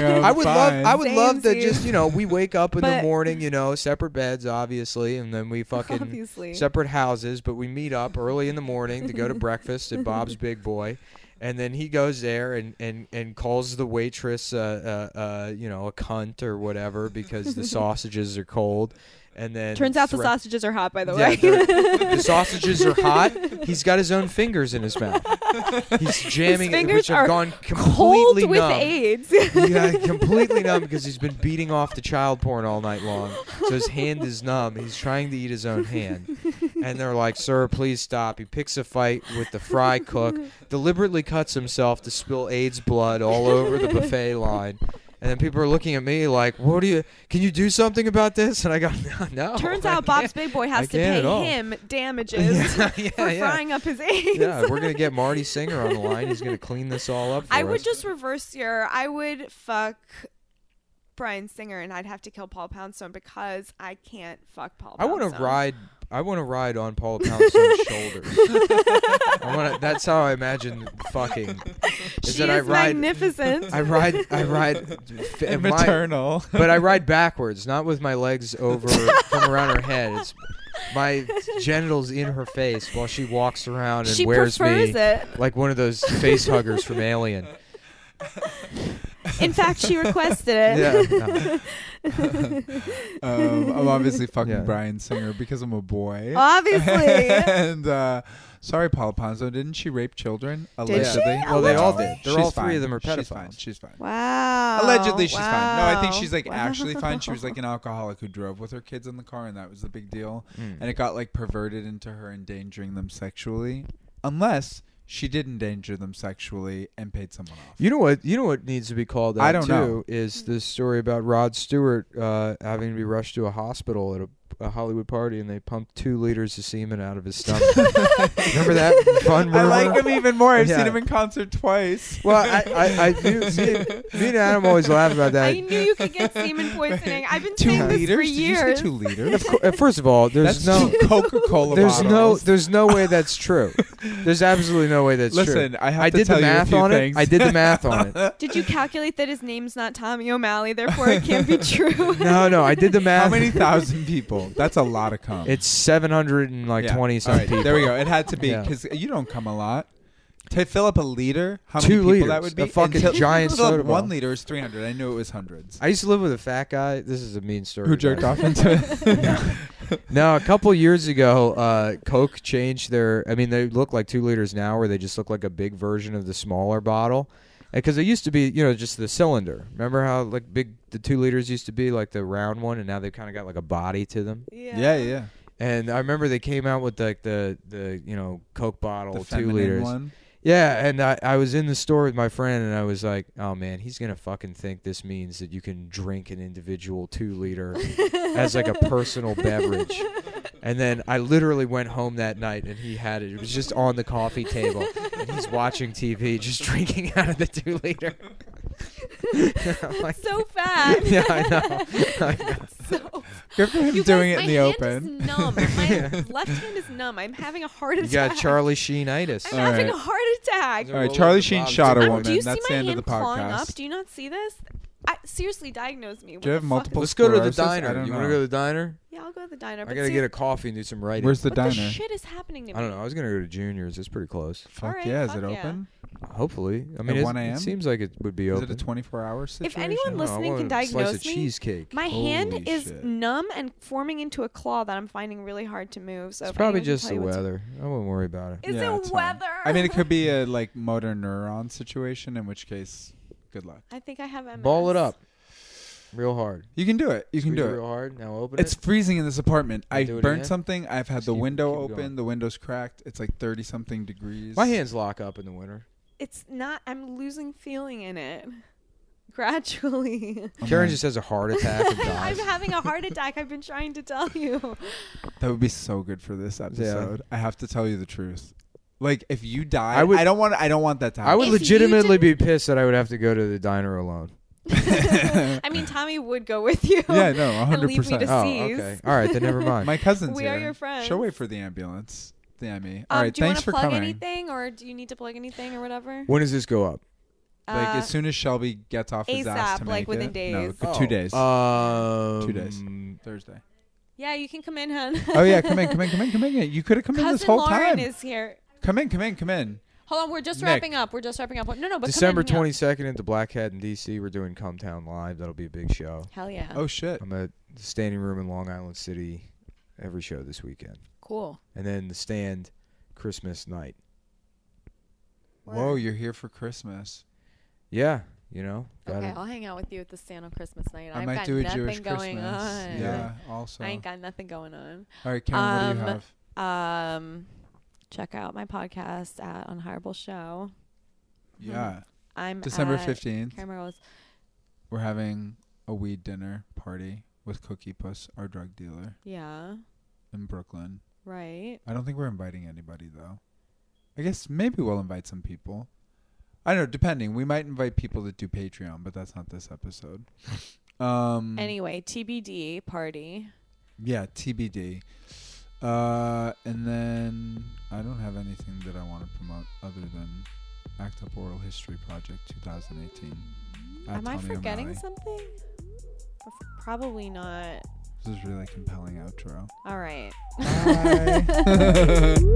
him. I would Fine. love I would love to Samesies. just, you know, we wake up in the But- morning, you know, separate beds obviously, and then we fucking Obviously. separate houses, but we meet up early in the morning to go to breakfast at Bob's Big Boy. And then he goes there and, and, and calls the waitress, uh, uh, uh, you know, a cunt or whatever because the sausages are cold. And then Turns out the thre- sausages are hot, by the Yeah, way. they're- the sausages are hot. He's got his own fingers in his mouth. He's jamming it, fingers which are have gone Cold completely with numb. AIDS. yeah, completely numb because he's been beating off the child porn all night long. So his hand is numb. He's trying to eat his own hand. And they're like, Sir, please stop. He picks a fight with the fry cook, deliberately cuts himself to spill AIDS blood all over the buffet line. And then people are looking at me like, What do you, can you do something about this? And I go, No. no Turns I out can't." Bob's Big Boy I has to can't pay at all. him damages Yeah, yeah, for yeah. frying up his AIDS. Yeah, we're going to get Marty Singer on the line. He's going to clean this all up for I us. would just reverse your. I would fuck Brian Singer, and I'd have to kill Paul Poundstone because I can't fuck Paul. I want to Poundstone. ride. I want to ride on Paula Poundstone's shoulders. I want. That's how I imagine fucking. Is She that I is ride? magnificent. I ride. I ride. f- And my- maternal. but I ride backwards, not with my legs over from around her head. It's my genitals in her face while she walks around and she wears prefers me it. like one of those face huggers from Alien. In fact, she requested it. Yeah. no. um, I'm obviously fucking Yeah. Brian Singer because I'm a boy. Obviously. and uh, sorry, Paula Ponzo, didn't she rape children? Did she? Allegedly. Well, they all Allegedly. did. They're all three of them are She's fine. pedophiles. She's fine. wow. Allegedly, she's fine. No, I think Wow. she's like Oh, Wow. actually fine. She was like an alcoholic who drove with her kids in the car, and that was the big deal. Hmm. And it got like perverted into her endangering them sexually, unless she did endanger them sexually and paid someone off. You know what? You know what needs to be called out I don't too know. is this story about Rod Stewart uh, having to be rushed to a hospital at a, a Hollywood party, and they pumped two liters of semen out of his stomach. Remember that fun rumor? I like him even more. I've Yeah. seen him in concert twice. Well, I, I, I knew, me, me and Adam always laugh about that. I knew you could get semen poisoning. I've been two saying this liters? for Did you years. say two liters? Of cour- uh, First of all, there's That's no, two Coca-Cola there's no, bottles. there's no way that's true. There's absolutely no way that's true. Listen, I have I to did tell the you a math few on things. it. I did the math on it. Did you calculate that his name's not Tommy O'Malley, therefore it can't be true? No, no, I did the math. How many thousand people? That's a lot of cum. It's seven hundred and like Yeah. twenty All something right, people. There we go. It had to be Yeah. because you don't come a lot. To fill up a liter, how Two many people liters, that would be? a fucking Until- giant to fill up soda One bottle. liter is three hundred. I knew it was hundreds. I used to live with a fat guy. This is a mean story. Who jerked guys. off into it? No, a couple years ago, uh, Coke changed their. I mean, they look like two liters now, where they just look like a big version of the smaller bottle. Because it used to be, you know, just the cylinder. Remember how like big the two liters used to be, like the round one, and now they've kind of got like a body to them. yeah, yeah. And I remember they came out with like the the you know Coke bottle The two feminine liters. one. Yeah, and I, I was in the store with my friend, and I was like, "Oh man, he's gonna fucking think this means that you can drink an individual two liter as like a personal beverage." And then I literally went home that night, and he had it. It was just on the coffee table, and he's watching TV, just drinking out of the two liter. I'm like, so fat. yeah, I know. I know. So Good for him You Oh, doing it in guys, my the hand open. Is numb. My left hand is numb. I'm having a heart You attack. got Charlie Sheenitis. I'm All having right. a heart attack. All right, Charlie Sheen shot a I'm- woman. do you see That's my the end of hand the clawing up? podcast. Do you not see this? I, seriously, diagnose me. What Do you have the fuck multiple- is- Let's go to the Sclerosis? I diner. don't You want to know. go to the diner? Yeah, I'll go to the diner. I But gotta see, get a coffee and do some writing. Where's the what diner? the shit is happening to me? I don't know. I was gonna go to Junior's. It's pretty close. Fuck Alright, yeah! Is fuck it yeah. open? Hopefully, I mean, 1 it's- a.m.? it seems like it would be Is open. it a twenty-four hour If situation? anyone No, I listening can want a slice of diagnose me, cheesecake. my Holy hand is shit. numb and forming into a claw that I'm finding really hard to move. So It's if probably anyone can just tell the you what's- weather. I wouldn't worry about it. Is Yeah, it it's fine. weather? I mean, it could be a like motor neuron situation, in which case, good luck. I think I have MS. Ball it up, real hard. You can do it. You can Squeeze do real it. hard. Now open It's it. freezing in this apartment. Wanna I do it burnt again? something. I've had Just the keep- window keep open. going. The window's cracked. It's like thirty something degrees. My hands lock up in the winter. It's not. I'm losing feeling in it gradually. Oh Karen man, just has a heart attack Oh, and dies. I'm having a heart attack. I've been trying to tell you. that would be so good for this episode. I have to tell you the truth. Like if you die, I I, would- don't want. I don't want that to happen. I would If you legitimately be pissed that I would have to go to the diner alone. I mean, Tommy would go with you. yeah, no, one And hundred leave me to percent. Oh, Disease. okay. All right, then never mind. My cousin's We here. are your friends. She'll wait for the ambulance. The Emmy. Um, All right, do you want thanks to for plug coming. anything, or do you need to plug anything, or whatever? when does this go up? Like Uh, as soon as Shelby gets off his ass to ASAP, like, make within it. No, days. two Oh, days. Um, Two days. Thursday. yeah, you can come in, hon. Oh yeah, come in, come in, come in, come in. You could have come in Cousin this whole Lauren time. is here. Come in, come in, come in. Hold on, we're just Nick. wrapping up. We're just wrapping up. No, no, but December twenty. twenty second at the Black Hat in DC. We're doing Come Town Live. That'll be a big show. Hell yeah. Oh shit. I'm at the standing room in Long Island City every show this weekend. Cool. And then the stand Christmas night. Whoa, you're here for Christmas. Yeah, you know. gotta- Okay, I'll hang out with you at the stand on Christmas night. I I've might got do a nothing Jewish going Christmas. on. Yeah, also. I ain't got nothing going on. All right, Karen, what do Um, you have? Um, check out my podcast at Unhireable Show. Yeah. I'm December at 15th, hmm, uh, Karen Rose. we're having a weed dinner party with Cookie Puss, our drug dealer, Yeah, in Brooklyn. right. I don't think we're inviting anybody though. I guess maybe we'll invite some people. I don't know, depending. We might invite people that do Patreon, but that's not this episode. Um Anyway, TBD party. yeah, TBD. Uh and then I don't have anything that I want to promote other than Act Up Oral History Project 2018. at Am I Tommy forgetting O'Malley. something? F- Probably not. This is really compelling outro. All right. Bye.